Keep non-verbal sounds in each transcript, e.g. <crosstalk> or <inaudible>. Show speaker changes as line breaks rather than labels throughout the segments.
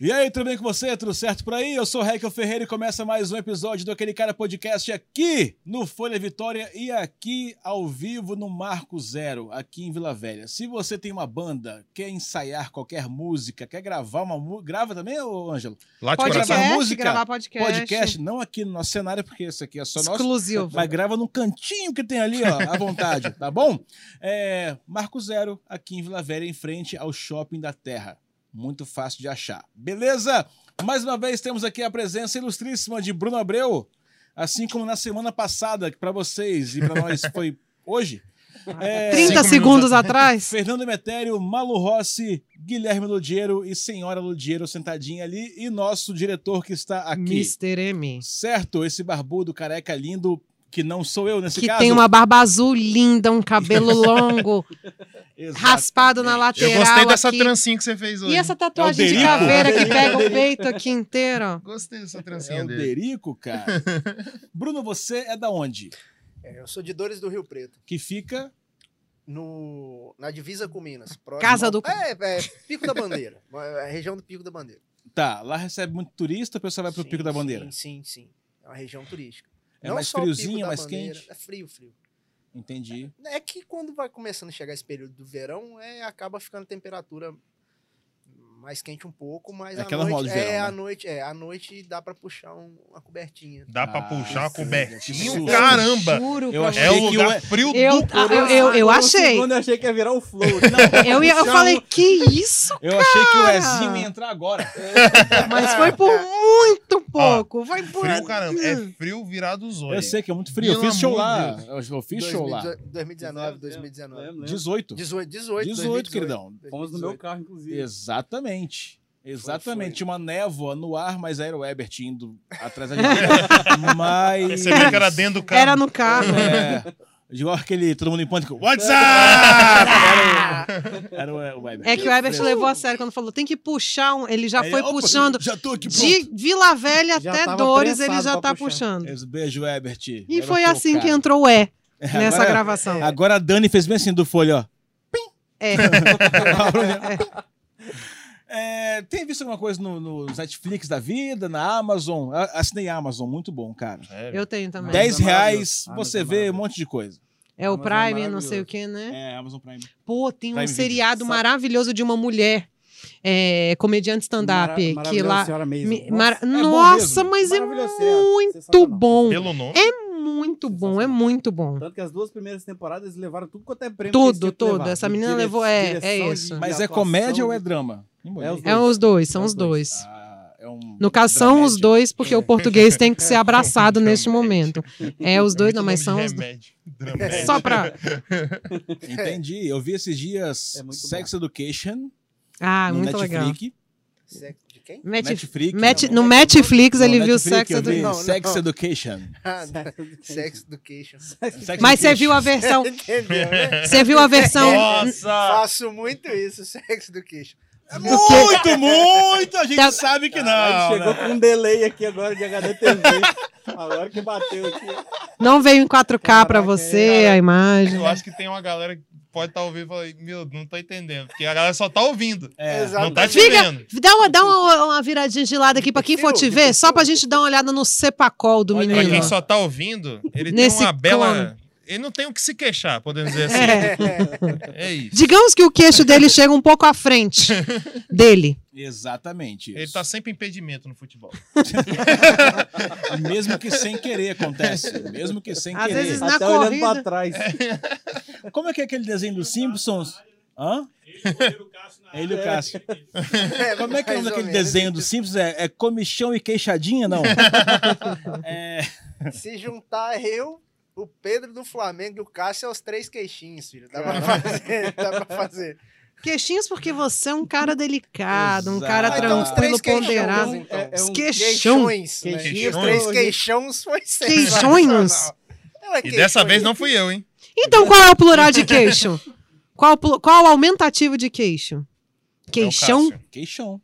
E aí, tudo bem com você? Tudo certo por aí? Eu sou o Raquel Ferreira e começa mais um episódio do Aquele Cara Podcast aqui no Folha Vitória e aqui ao vivo no Marco Zero, aqui em Vila Velha. Se você tem uma banda, quer ensaiar qualquer música, quer gravar uma música. Grava também, ô Ângelo?
Lá de
Podcast,
coração.
gravar música?
gravar podcast.
Podcast, não aqui no nosso cenário, porque isso aqui é só nosso.
exclusivo.
Mas grava num cantinho que tem ali, ó, à vontade, tá bom? É, Marco Zero, aqui em Vila Velha, em frente ao Shopping da Terra. Muito fácil de achar. Beleza? Mais uma vez temos aqui a presença ilustríssima de Bruno Abreu, assim como na semana passada, que para vocês e para nós foi hoje. É,
30
cinco
segundos
minutos.
atrás.
Fernando Metério, Malu Rossi, Guilherme Ludiero e Senhora Ludiero sentadinha ali e nosso diretor que está aqui.
Mr. M.
Certo, esse barbudo careca lindo, que não sou eu nesse
Que
caso.
tem uma barba azul linda,
<laughs>
um cabelo longo,
Exato.
raspado na lateral.
Eu gostei dessa
aqui.
trancinha que você fez hoje.
E essa tatuagem
É o
de
Derico.
caveira que
Derico,
pega
<laughs>
o
Derico.
peito aqui inteiro?
Gostei dessa
É
trancinha
o
dele.
Derico, cara. Bruno, você é da onde?
É, eu sou de Dores do Rio Preto,
Que fica.
no, na divisa com Minas. próximo
Casa
ao-
do-
É, é, Pico da Bandeira. <laughs> É a região do Pico da Bandeira.
Tá, lá recebe muito turista, o pessoal vai pro
Sim,
Pico da Bandeira.
Sim, sim, sim. É uma região turística.
É
Não
mais
só o Pico
friozinho,
da
mais
Bandeira,
quente.
É frio, frio.
Entendi.
É que quando vai começando a chegar esse período do verão, é, acaba ficando a temperatura mais quente um pouco, mas
É
à
aquela
noite,
moda de verão,
é,
né?
à noite, é, à noite dá pra puxar um- uma cobertinha.
Dá pra
Ah,
puxar uma
sim,
cobertinha?
sim.
Caramba!
Juro
Eu
pra
achei
É
você.
um
que
lugar
eu-
frio
Eu,
do...
ah, eu, eu, eu achei.
Quando eu achei que ia virar um
<laughs>
flow.
Eu, ia- eu falei, que isso?
Eu achei que o
cara!
Ezinho ia entrar agora. É,
<laughs>
Mas
<laughs>
foi por muito pouco. Foi por.
Frio, caramba. É frio virado os
Eu
olhos.
sei que é muito frio. Eu
Pelo
fiz show
amor
lá.
de
Eu eu fiz show lá.
2019, 2019.
18.
18, 18,
18, queridão.
Fomos no meu
2018.
carro, inclusive.
Exatamente. Exatamente.
foi.
Tinha uma névoa no ar, mas era o Ebert indo atrás
<laughs>
da gente. mas.
Você viu que era dentro do carro.
Era no carro.
É. Igual aquele todo mundo em pânico.
WhatsApp!
Era o, era o Ebert. assim,
É que o Ebert levou a sério quando falou, tem que puxar um. Ele já
Aí,
foi
opa,
puxando.
Já tô aqui
De
pronto.
Vila Velha
Tipo, Já
até
tava
Dores, ele
prensado
já
pra
tá
puxar.
puxando.
Esse Beijo, Ebert.
E
Era
foi
teu
assim que
cara.
entrou o E
É,
nessa
agora,
gravação.
Agora a Dani fez bem assim do folho, ó.
É.
É, tem visto alguma coisa no, no Netflix da vida, na Amazon? A- Assinei a Amazon, muito bom, cara.
Sério?
Eu tenho também.
Amazon
10
é
reais,
maravilhoso. Amazon
você
é
vê um
maravilhoso.
monte de coisa.
É o
Amazon é
Prime, não sei
maravilhoso.
o que, né?
É, Amazon Prime.
Pô, tem um
Prime Video.
seriado
Sabe-
maravilhoso de uma mulher, é, comediante
Mara-
stand-up, que
maravilhosa
lá.
senhora mesmo.
Mi-
Nossa, é
mara-
bom
Nossa,
mesmo.
mas é
Maravilhoso seriado.
muito
Sensacional.
bom.
É, Pelo nome?
Muito bom, é
Sensacional.
muito bom.
Tanto que as duas primeiras temporadas eles levaram tudo quanto é prêmio.
Tudo,
que eles tinham que
tudo.
levar.
Essa
De
menina
dire-
levou- é,
direção
é
de-
isso.
de
Mas é
atuação,
comédia
de-
ou é drama? Nem
É os
olhei.
É os dois, são
É
os
os dois.
dois.
Ah, é um
No caso, são os
dramédia.
dois, porque o português tem que ser abraçado neste momento. É os
É
dois,
muito
não, mas são
nome
os
de
dois.
remédio. Dramédio.
Só pra.
Entendi. Eu vi esses dias
É muito
Sex Education
Ah,
no
muito legal.
Netflix.
Sexo é de quem?
Match-
Netflix.
Match-
não,
no
não.
Netflix ele
No
viu
Netflix
sexo
eu
do.
vi
Não, não.
Sex
<laughs>
Education.
Ah, <laughs>
Sexo.
Sex Education.
Sex
Mas você
Education.
viu a versão.
<laughs> Entendeu, né?
<laughs> Você viu a versão.
Nossa!
Faço muito isso, <laughs> Sex Education.
Muito,
<laughs>
muito! Então A gente
Tá-
sabe que <laughs>
Aí
não.
chegou
né?
com um delay aqui agora
<laughs>
de HDTV. agora que bateu aqui.
Não veio em 4K pra
Caraca,
você
é.
a imagem.
Eu acho que tem uma galera que pode estar ouvindo e falar, meu, não tô entendendo. Porque a galera só tá ouvindo.
É.
Não tá te
Fica-
vendo.
Dá uma, dá uma, uma viradinha de lado aqui pra quem for te ver, só pra gente dar uma olhada no sepacol do
Olha,
Pra
menino.
quem só tá ouvindo, ele
Nesse
tem uma bela. Ele não tem o que se queixar, podemos dizer assim.
É.
<laughs>
É, isso.
Digamos que o queixo dele chega um pouco à frente dele.
Exatamente.
Ele
isso.
tá sempre em impedimento no futebol.
Mesmo que sem querer acontece. Mesmo que sem
Às
querer.
vezes na
Até olhando
corrida.
pra trás. Então,
Como é que é aquele desenho dos Simpsons? Hã? É Ele e o Cássio. Como é que é o nome daquele desenho dos Simpsons? É, é comichão e queixadinha,
<laughs>
não? É,
Se juntar eu, o Pedro do Flamengo e o Cássio é os três queixinhos, filho. Dá pra fazer. Dá pra fazer.
Queixinhos porque você é um cara delicado, um cara
Exato.
então, os
tranquilo,
três queixões,
ponderado.
então.
É- é
<laughs>
um
Queixão.
Queixões. né?
Queixões.
Os três queixões foi
Queixões?
sensacional. Não é
E dessa
queixões.
vez não fui eu, hein?
Então qual é o plural de queixo? Qual, o plu- qual o aumentativo de queixo?
É o
Queixão?
Cássio.
queixão.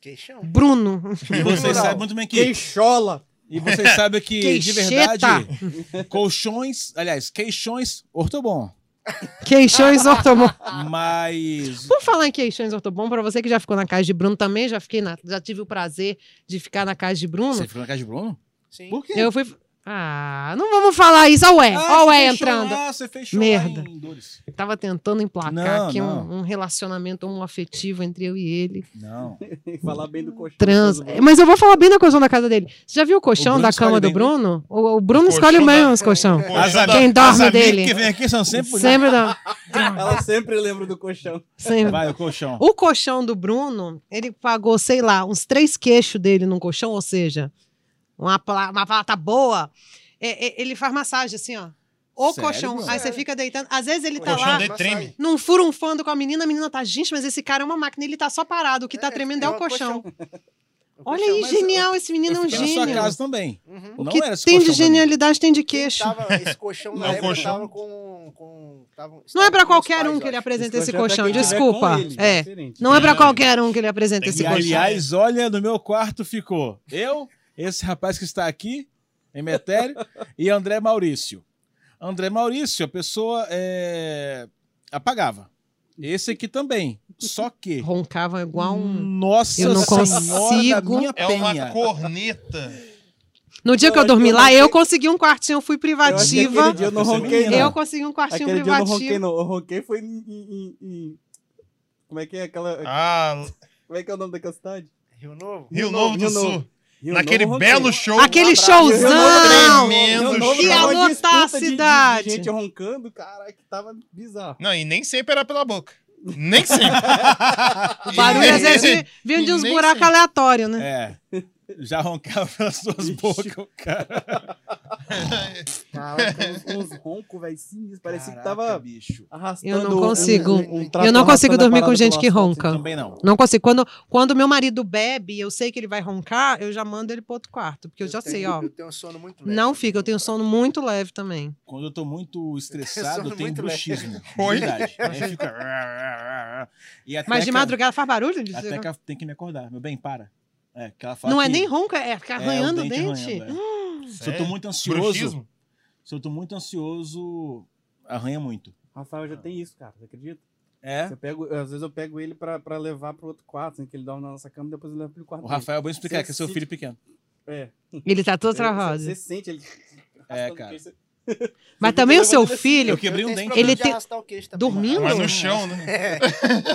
Queixão.
Bruno. <laughs>
E vocês
Não.
sabem muito bem que.
Queixola.
E <laughs> vocês sabem que, de
Queixeta.
verdade, colchões. Aliás, queixões, é ortobom.
Queixões Ortobon.
Mas.
Por falar em queixões Ortobon, pra você que já ficou na casa de Bruno também, já fiquei na- já tive o prazer de ficar na casa de Bruno.
Você ficou na casa de Bruno?
Sim.
Por quê?
Eu fui. Ah, não vamos falar isso. Olha o ué,
Ah,
olha o É, ué
você fechou
entrando.
lá, você fechou
Merda.
lá em Dores.
Tava tentando emplacar
Não,
aqui
não.
Um, um relacionamento homoafetivo entre eu e ele.
Não.
Tem que falar bem do colchão.
Trans.
todo
É,
mundo.
Mas eu vou falar bem da colchão da casa dele. Você já viu o colchão
Bruno
da
escolhe
cama do
bem, né?
Bruno? O, o Bruno
O
escolhe
colchão
<laughs>
mesmo
da-
os colchão.
Colchão da-
Quem
as
dorme
amigas
dele?
que vem aqui são sempre.
Sempre dá.
Ela sempre lembra do colchão.
Sempre.
Vai, o colchão.
O colchão do Bruno, ele pagou, sei lá, uns três queixos dele num colchão, ou seja, uma, pla- uma plata boa. É, é, ele faz massagem assim, ó. O
Sério,
colchão.
mano?
Aí você fica deitando. Às vezes ele tá
colchão
lá
dele treme.
num furunfando com a menina, a menina tá, gente, mas esse cara é uma máquina, ele tá só parado, o que tá tremendo é, o colchão. Olha aí,
mas eu-
genial, esse menino é um
Fiquei na sua
gênio.
casa também.
Uhum.
O
Não
que
era esse
tem de
colchão pra mim.
genialidade tem de queixo.
Queixo. Tava, esse colchão na
Não,
época
colchão.
tava com. com tava,
Não é pra
com meus
qualquer
pais,
um
eu
que ele
acho.
apresenta esse
colchão
colchão,
é pra quem tiver
desculpa.
com ele,
É.
diferente.
Não é pra
É.
qualquer um que ele apresenta esse
E,
colchão.
aliás, olha, no meu quarto ficou eu, esse rapaz que está aqui, Emetério, e André Maurício. André Maurício, a pessoa é, apagava. Esse aqui também. Só que.
Roncava igual um.
Hum. Nossa
Eu não
Senhora da
consigo.
minha
É
penha.
uma corneta.
No dia
Eu
que eu
acho que
dormi
eu
lá,
ronquei-
eu consegui um quartinho, eu fui
Eu acho que
privativa.
aquele dia eu não
Você é
ronquei,
menina.
não.
Eu consegui um quartinho
Aquele dia eu não ronquei,
privativo.
não. Eu ronquei foi em... em- em- em- Como é que é aquela...
Ah,
Como é que é o nome daquela cidade?
Rio Novo?
Rio
Rio
Novo
Novo,
do
Rio
Sul.
Novo. Rio
Naquele
Novo eu
belo
ronquei.
show.
Aquele
Rio
showzão!
Novo
Tremendo
Rio Novo
show.
era uma
Ia lotar a
disputa de- de-
cidade.
De gente roncando, cara, que tava bizarro.
Não, e nem sempre era pela boca. Nem sempre.
O <laughs> barulho às
Nem <laughs>
vezes vinha de uns
nem
buracos
sei.
aleatórios, né?
É. Já roncava pelas suas
Ixi.
bocas, cara.
Caraca, uns, uns roncos, velho, sinistros. Parecia que
Caraca,
tava
bicho.
arrastando...
Eu não
um-
consigo.
um- um
Eu
trator
não consigo
arrastando a
dormir com
parada
gente
pelo
que
asfalto,
ronca.
assim.
Também não.
Não consigo. Quando, quando meu marido bebe, eu sei que ele vai roncar, eu já mando ele pro outro quarto. Porque eu, já
tenho-
sei, ó.
Eu tenho um sono muito leve.
Não fica, eu tenho sono muito leve também.
Quando eu tô muito estressado,
sono
eu tenho
muito
bruxismo.
Oi? <laughs>
Verdade. Aí eu fico- E até
Mas de
que-
madrugada faz barulho? Ele
Até
diz,
que ela tem que me acordar. Meu bem, para. É, que ela fala
não é
que-
nem ronca, é ficar
É,
arranhando o dente.
arranhando, é.
<gasps>
Se eu tô
É,
muito ansioso,
Bruxismo?
se eu tô muito ansioso, arranha muito.
Rafael
Ah.
já tem isso, cara, você acredita?
É.
Eu pego, às vezes eu pego ele pra, pra levar pro outro quarto, assim, que ele dorme na nossa cama, depois eu levo pro quarto
O
dele.
Rafael é bom explicar, que é seu
Você-
filho pequeno.
É.
Ele tá todo travado.
Você, você sente ele...
É, cara.
Mas
você
também o
fica
seu
levando ele assim,
Eu
filho.
quebrei um
tenho
dente.
esse problema
Ele
de
tem-
arrastar o queixo também,
Dormindo?
Rafael.
Mas no chão, né?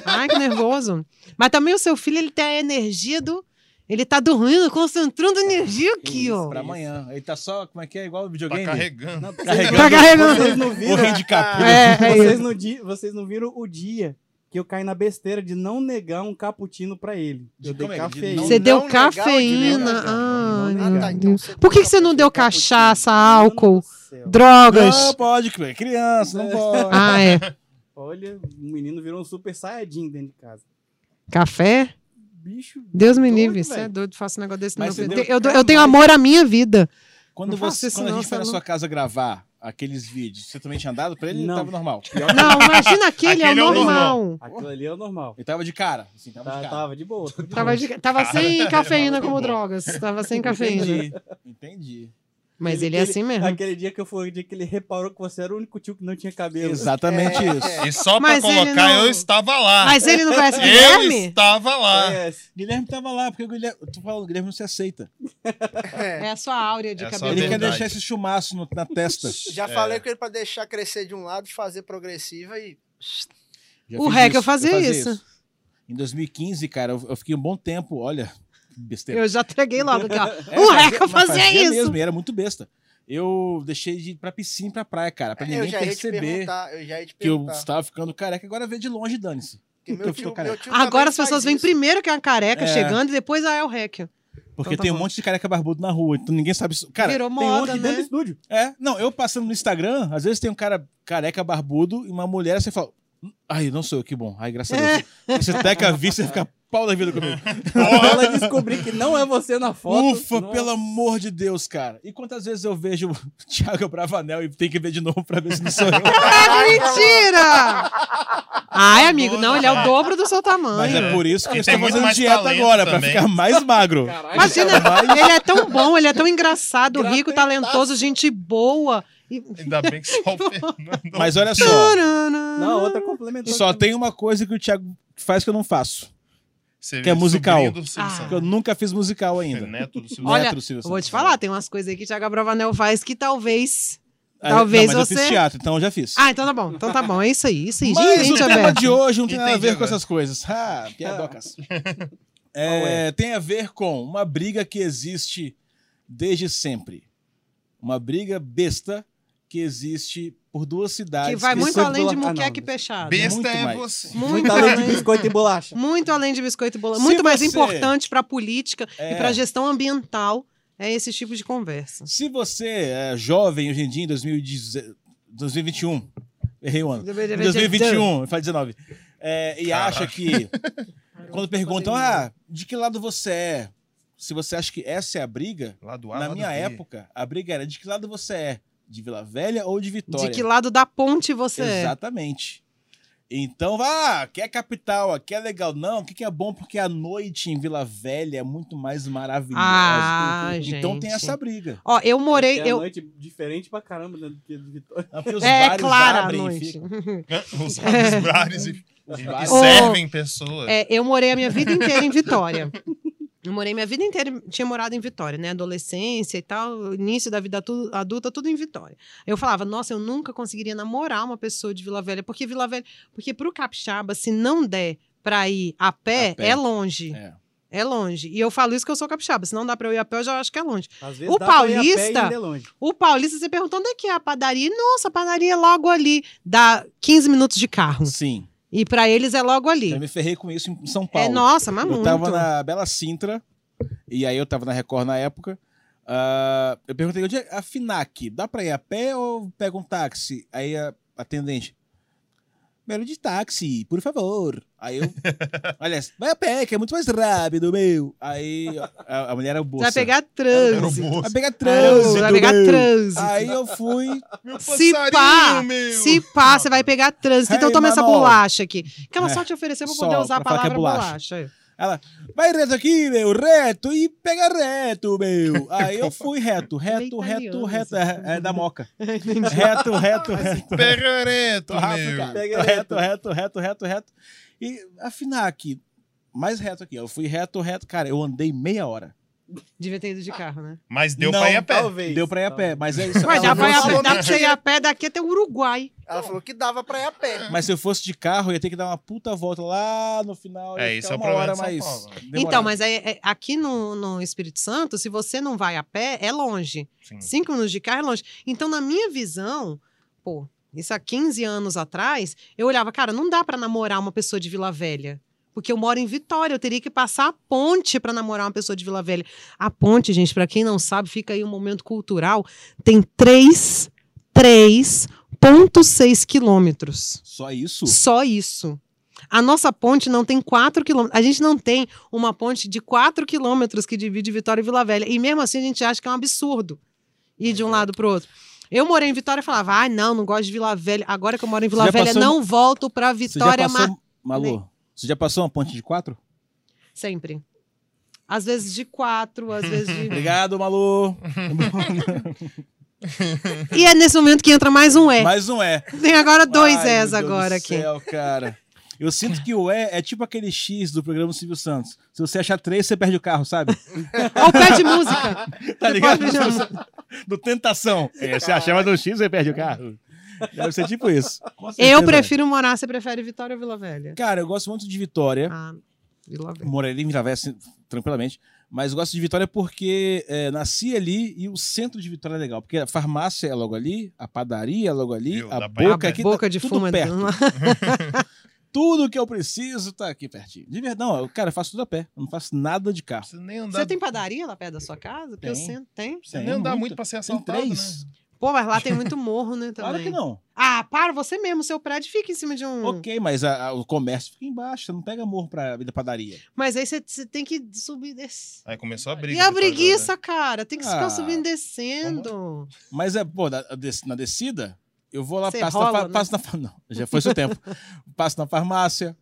Ai, que nervoso. Mas também o seu filho, ele tem a energia do. Ele tá dormindo, concentrando energia aqui, ó.
é Pra amanhã. Ele tá só, como é que é? Igual o
Tá
videogame.
carregando.
Não,
Carregando.
Tá carregando.
Vocês não
o
viram,
rei de capo.
<laughs> É, é
vocês,
isso.
não di- vocês não viram o dia que eu caí na besteira de não negar um cappuccino pra ele.
De
Eu dei
como é que- de
café.
não-
Você deu
legal de
cafeína.
negar.
Ai,
Não
meu
negar.
Ah, tá,
Deus.
então você
Por que,
tem
que você não deu
cappuccino.
cachaça, álcool,
Droga.
drogas?
Não pode, que é criança, não pode.
Ah, é.
Olha, o menino virou um super saiyajin dentro de casa.
Café?
Bicho.
Deus me
Doido,
livre, você é
velho.
doido, faço um negócio desse.
Mas
não.
você
Eu,
deu
eu, eu tenho amor à minha vida.
Quando,
Não faça
você,
isso
quando a
não,
gente foi na
senão-
sua casa gravar aqueles vídeos, você também tinha dado pra ele? Ele
Não.
tava normal.
Não, imagina aquele, é o
Aquele é o normal.
normal.
Aquilo ali é o normal.
Ele tava de cara. Assim, tava
Tá-
de cara.
tava de boa. tava de
Tava,
boa.
de- tava
Cara,
sem cafeína
muito
como
bom.
drogas. Tava sem cafeína. né?
Entendi. Entendi.
Mas
Aquele-
ele é assim mesmo.
Aquele dia que eu fui, o dia que ele reparou que você era o único tio que não tinha cabelo.
Exatamente
É.
isso.
E só pra
Mas ele
colocar,
não-
eu estava lá.
Mas ele não conhece o
eu
Guilherme?
estava lá.
Conhece?
Guilherme tava lá, porque o Guilherme. Tu fala, o Guilherme não se aceita.
É.
É a sua áurea de
É a sua
cabelo.
ele quer
verdade.
deixar esse chumaço no- na testa.
Já falei com ele pra deixar crescer de um lado, fazer progressiva e.
Já
O
fiz
REC eu
isso,
fazia isso.
Em 2015, cara, eu, eu fiquei um bom tempo, olha, besteira.
Eu já entreguei logo aqui, ó.
<laughs> É, fazia-
o Reca
mas
fazia, isso.
mesmo, e era muito besta. Eu deixei de ir pra piscina, e pra praia, cara, pra
eu
ninguém
já ia te
perceber
perguntar. Eu já ia te
que eu
perguntar.
estava ficando careca. Agora vê de longe, dane-se.
porque
eu fico careca.
tio também
Agora as
faz
pessoas vêm
isso.
primeiro que é uma careca
É.
chegando e depois ah, é o Reca.
Porque
Então tá
tem um
bom.
monte de careca barbudo na rua, então ninguém sabe isso. Cara,
Virou
tem
moda, né?
outro-
Aqui dentro
<laughs>
do estúdio.
É, não, eu passando no Instagram, às vezes tem um cara careca barbudo e uma mulher, você fala, "Hum, ai, não sou eu, que bom, ai, graças a Deus.
É.
Você teca a vista, você fica pau da vida comigo.
ela descobrir que não é você na foto.
Ufa,
Nossa.
pelo amor de Deus, cara. E quantas vezes eu vejo o <laughs> Thiago Bravanel e tem que ver de novo pra ver se não sou eu.
<laughs> É mentira! Ai, amigo, não, ele é o dobro do seu
Mas é
tamanho.
por isso que
E
eu
tem
estou
muito
fazendo
mais
dieta
talento
agora, pra
também.
ficar mais magro. <laughs>
Caralho.
Imagina, ele é tão bom, ele é tão é engraçado, rico,
Gratuitaço.
talentoso, gente boa. E...
<laughs> Ainda bem que
<laughs>
só o Fernando.
Mas olha só,
Não,
Não, outra complementar.
só tem uma coisa que o Thiago faz que eu não faço.
Você
que é
vê,
musical.
sobrinho do Silvio
Ah.
Santos.
Porque eu nunca fiz musical
Você é
ainda.
neto do Silvio
Olha,
Neto do Silvio
Eu vou
Santos.
te falar, tem umas coisas aí que Thiago Abravanel faz que talvez.
Ah,
talvez
não, mas eu
você-
fiz teatro, então eu já fiz.
Ah, então tá bom. Então tá bom. É isso aí. Isso aí.
Mas
gente é
o tema
aberta.
de hoje não tem nada a ver
Entendi
com
agora.
essas coisas. Ah,
<laughs>
piadocas. É, tem a ver com uma briga que existe desde sempre. Uma briga besta que existe por duas cidades.
Que vai
Isso
muito
é
além de
do- ah, não.
muqueca e peixada.
Besta
Muito
é
mais.
você.
Muito
Muito além de
além,
biscoito e bolacha.
muito além de biscoito e bola.
Se
Muito mais
você-
importante para a política
É.
e para a gestão ambiental é esse tipo de conversa.
Se você é jovem hoje em dia, em 2010 2021, errei o ano. Em 2021, faz 19. É, e
Caraca.
acha que.
<laughs>
Quando perguntam, ah, de que lado você é? Se você acha que essa é a briga,
Lá do A, lá
na
do
minha
B.
época, a briga era de que lado você é? De Vila Velha ou de Vitória?
De que lado da ponte você é?
Exatamente. Então, vá, ah, que é capital, aqui é legal. Não, o que que é bom? Porque a noite em Vila Velha é muito mais maravilhosa.
Ah,
então tem
gente.
essa briga.
Ó, eu morei.
É uma
Eu...
noite diferente pra caramba né, do que do Vitória.
Porque os
É, é
bares
clara a
abrem e
noite.
ficam- <laughs>
Os vários bares e, e- e
bares.
servem pessoas.
É, eu morei a minha vida inteira em Vitória. Eu morei minha vida inteira, em- tinha morado em Vitória, né? Adolescência e tal, início da vida tu- adulta, tudo em Vitória. Eu falava, nossa, eu nunca conseguiria namorar uma pessoa de Vila Velha, porque Vila Velha, porque pro capixaba, se não der pra ir a pé,
A pé.
é longe.
É.
É longe. E eu falo isso que eu sou capixaba, se não dá pra eu ir a pé, eu já acho que é longe.
Às vezes
O
dá pra ir a pé e
paulista-
ainda é longe.
O paulista se pergunta onde é que é a padaria. E, Nossa, a padaria é logo ali, dá 15 minutos de carro.
Sim.
E pra eles é logo ali.
Eu me ferrei com isso em São Paulo.
É nossa, mas
Eu
muito.
tava na Bela Sintra, e aí eu tava na Record na época. ah, eu perguntei, onde é a FINAC, dá pra ir a pé ou pega um táxi? Aí a atendente, melhor de táxi, por favor. Aí eu, aliás, vai a pé, que é muito mais rápido, meu. Aí a, a mulher era um
Você
bolsa.
vai pegar
Era o
trânsito.
moço.
Vai pegar trânsito,
trânsito. Vai pegar
meu.
trânsito.
Aí eu fui,
Meu
se
passarinho,
pá,
meu. <laughs>
Se pá, você vai pegar trânsito. Então
Hey,
toma essa
Manolo.
bolacha aqui. Que ela
É,
só te ofereceu pra
só,
poder usar a
pra falar que é
palavra
bolacha.
bolacha.
vai reto aqui, meu, reto, e pega reto, meu. Aí eu fui reto, reto,
Meio
reto,
italiano,
reto,
assim.
é, é da
<laughs>
moca. Reto, reto, reto.
Peroreto,
Tô rápido,
meu.
cara.
Pega
Tô reto,
reto.
reto, reto, reto, reto. E afinar aqui, mais reto aqui. Eu fui reto, reto. Cara, eu andei meia hora.
Devia ter ido de carro, né?
Mas deu
Não,
pra ir a pé.
Talvez.
Deu pra ir a pé,
talvez.
mas é
<laughs>
isso.
Ué,
Se eu
dá pra, ir a
fosse-
pé, dá pra você ir a pé daqui até o Uruguai.
Ela falou que dava pra ir a pé.
Mas se eu fosse de carro, eu ia ter que dar uma puta volta lá no final. ia
É,
ficar
isso é o
uma
problema
hora,
de São
mas
Paulo. né?
demorava.
Então, mas aí, é- aqui no, no Espírito Santo, se você não vai a pé, é longe.
Sim.
Cinco minutos de carro é longe. Então, na minha visão, pô, isso há 15 anos atrás, eu olhava, cara, não dá pra namorar uma pessoa de Vila Velha. Porque eu moro em Vitória, eu teria que passar a ponte pra namorar uma pessoa de Vila Velha. A ponte, gente, pra quem não sabe, fica aí um momento cultural, tem três, 3,6 quilômetros.
Só isso?
Só isso. A nossa ponte não tem 4 quilômetros. A gente não tem uma ponte de 4 quilômetros que divide Vitória e Vila Velha. E mesmo assim a gente acha que é um absurdo ir
Uhum.
de um lado pro outro. Eu morei em Vitória e falava, ai não, não gosto de Vila Velha. Agora que eu moro em Vila
já
Velha,
passou- um-
não volto pra
você já
Vitória ma-
passou, um- Malu, você já passou uma ponte de quatro?
sempre. Às vezes de quatro, às vezes
<laughs>
de.
Obrigado, Malu.
e é nesse momento que entra mais um E.
Mais um é.
Tem agora dois
Ai, meu
Es
Deus
agora
do
aqui.
Céu, cara. Eu sinto que o E é tipo aquele X do programa Silvio Santos. Se você achar três, você perde o carro, sabe?
Ó, o pé
<laughs>
de música.
Tá
Você
ligado?
pode chamar.
<laughs> Do tentação. É, você achava do X, você perde o carro. Deve ser tipo isso. Com certeza.
Eu prefiro morar, você prefere Vitória ou Vila Velha?
Cara, eu gosto muito de Vitória.
Ah, Vila Velha.
Moraria em Vila Velha, assim, tranquilamente. Mas gosto de Vitória porque é, nasci ali e o centro de Vitória é legal. Porque a farmácia é logo ali, a padaria é logo ali,
Viu?
a
Dá pra ir a
boca
pé.
aqui.
Boca
tá
de
tudo
fuma.
perto.
<laughs>
Tudo que eu preciso tá aqui pertinho. De verdade, não, eu, cara, eu faço tudo a pé. Eu não faço nada de carro.
Você nem andar,
Você tem padaria lá perto da sua casa? Porque eu
Tem.
sento, tem.
você nem andar muito pra ser
Tem
assaltado, né?
três?
Pô, mas lá tem muito morro, né? Também.
Claro que não.
Ah, para, você mesmo, seu prédio fica em cima de um.
Ok, mas a- a- o comércio fica embaixo. Você não pega morro pra vida padaria.
Mas aí você, você tem que subir e descer.
Aí começou a briga.
E a
depois, né?
preguiça, cara? Tem que
Ah,
ficar subindo e descendo.
Mas é, pô, na, des- na descida, eu vou lá,
Você
passo, na,
rola,
fa- <laughs>
né?
passo na fa- Não, já foi seu tempo. Passo na farmácia,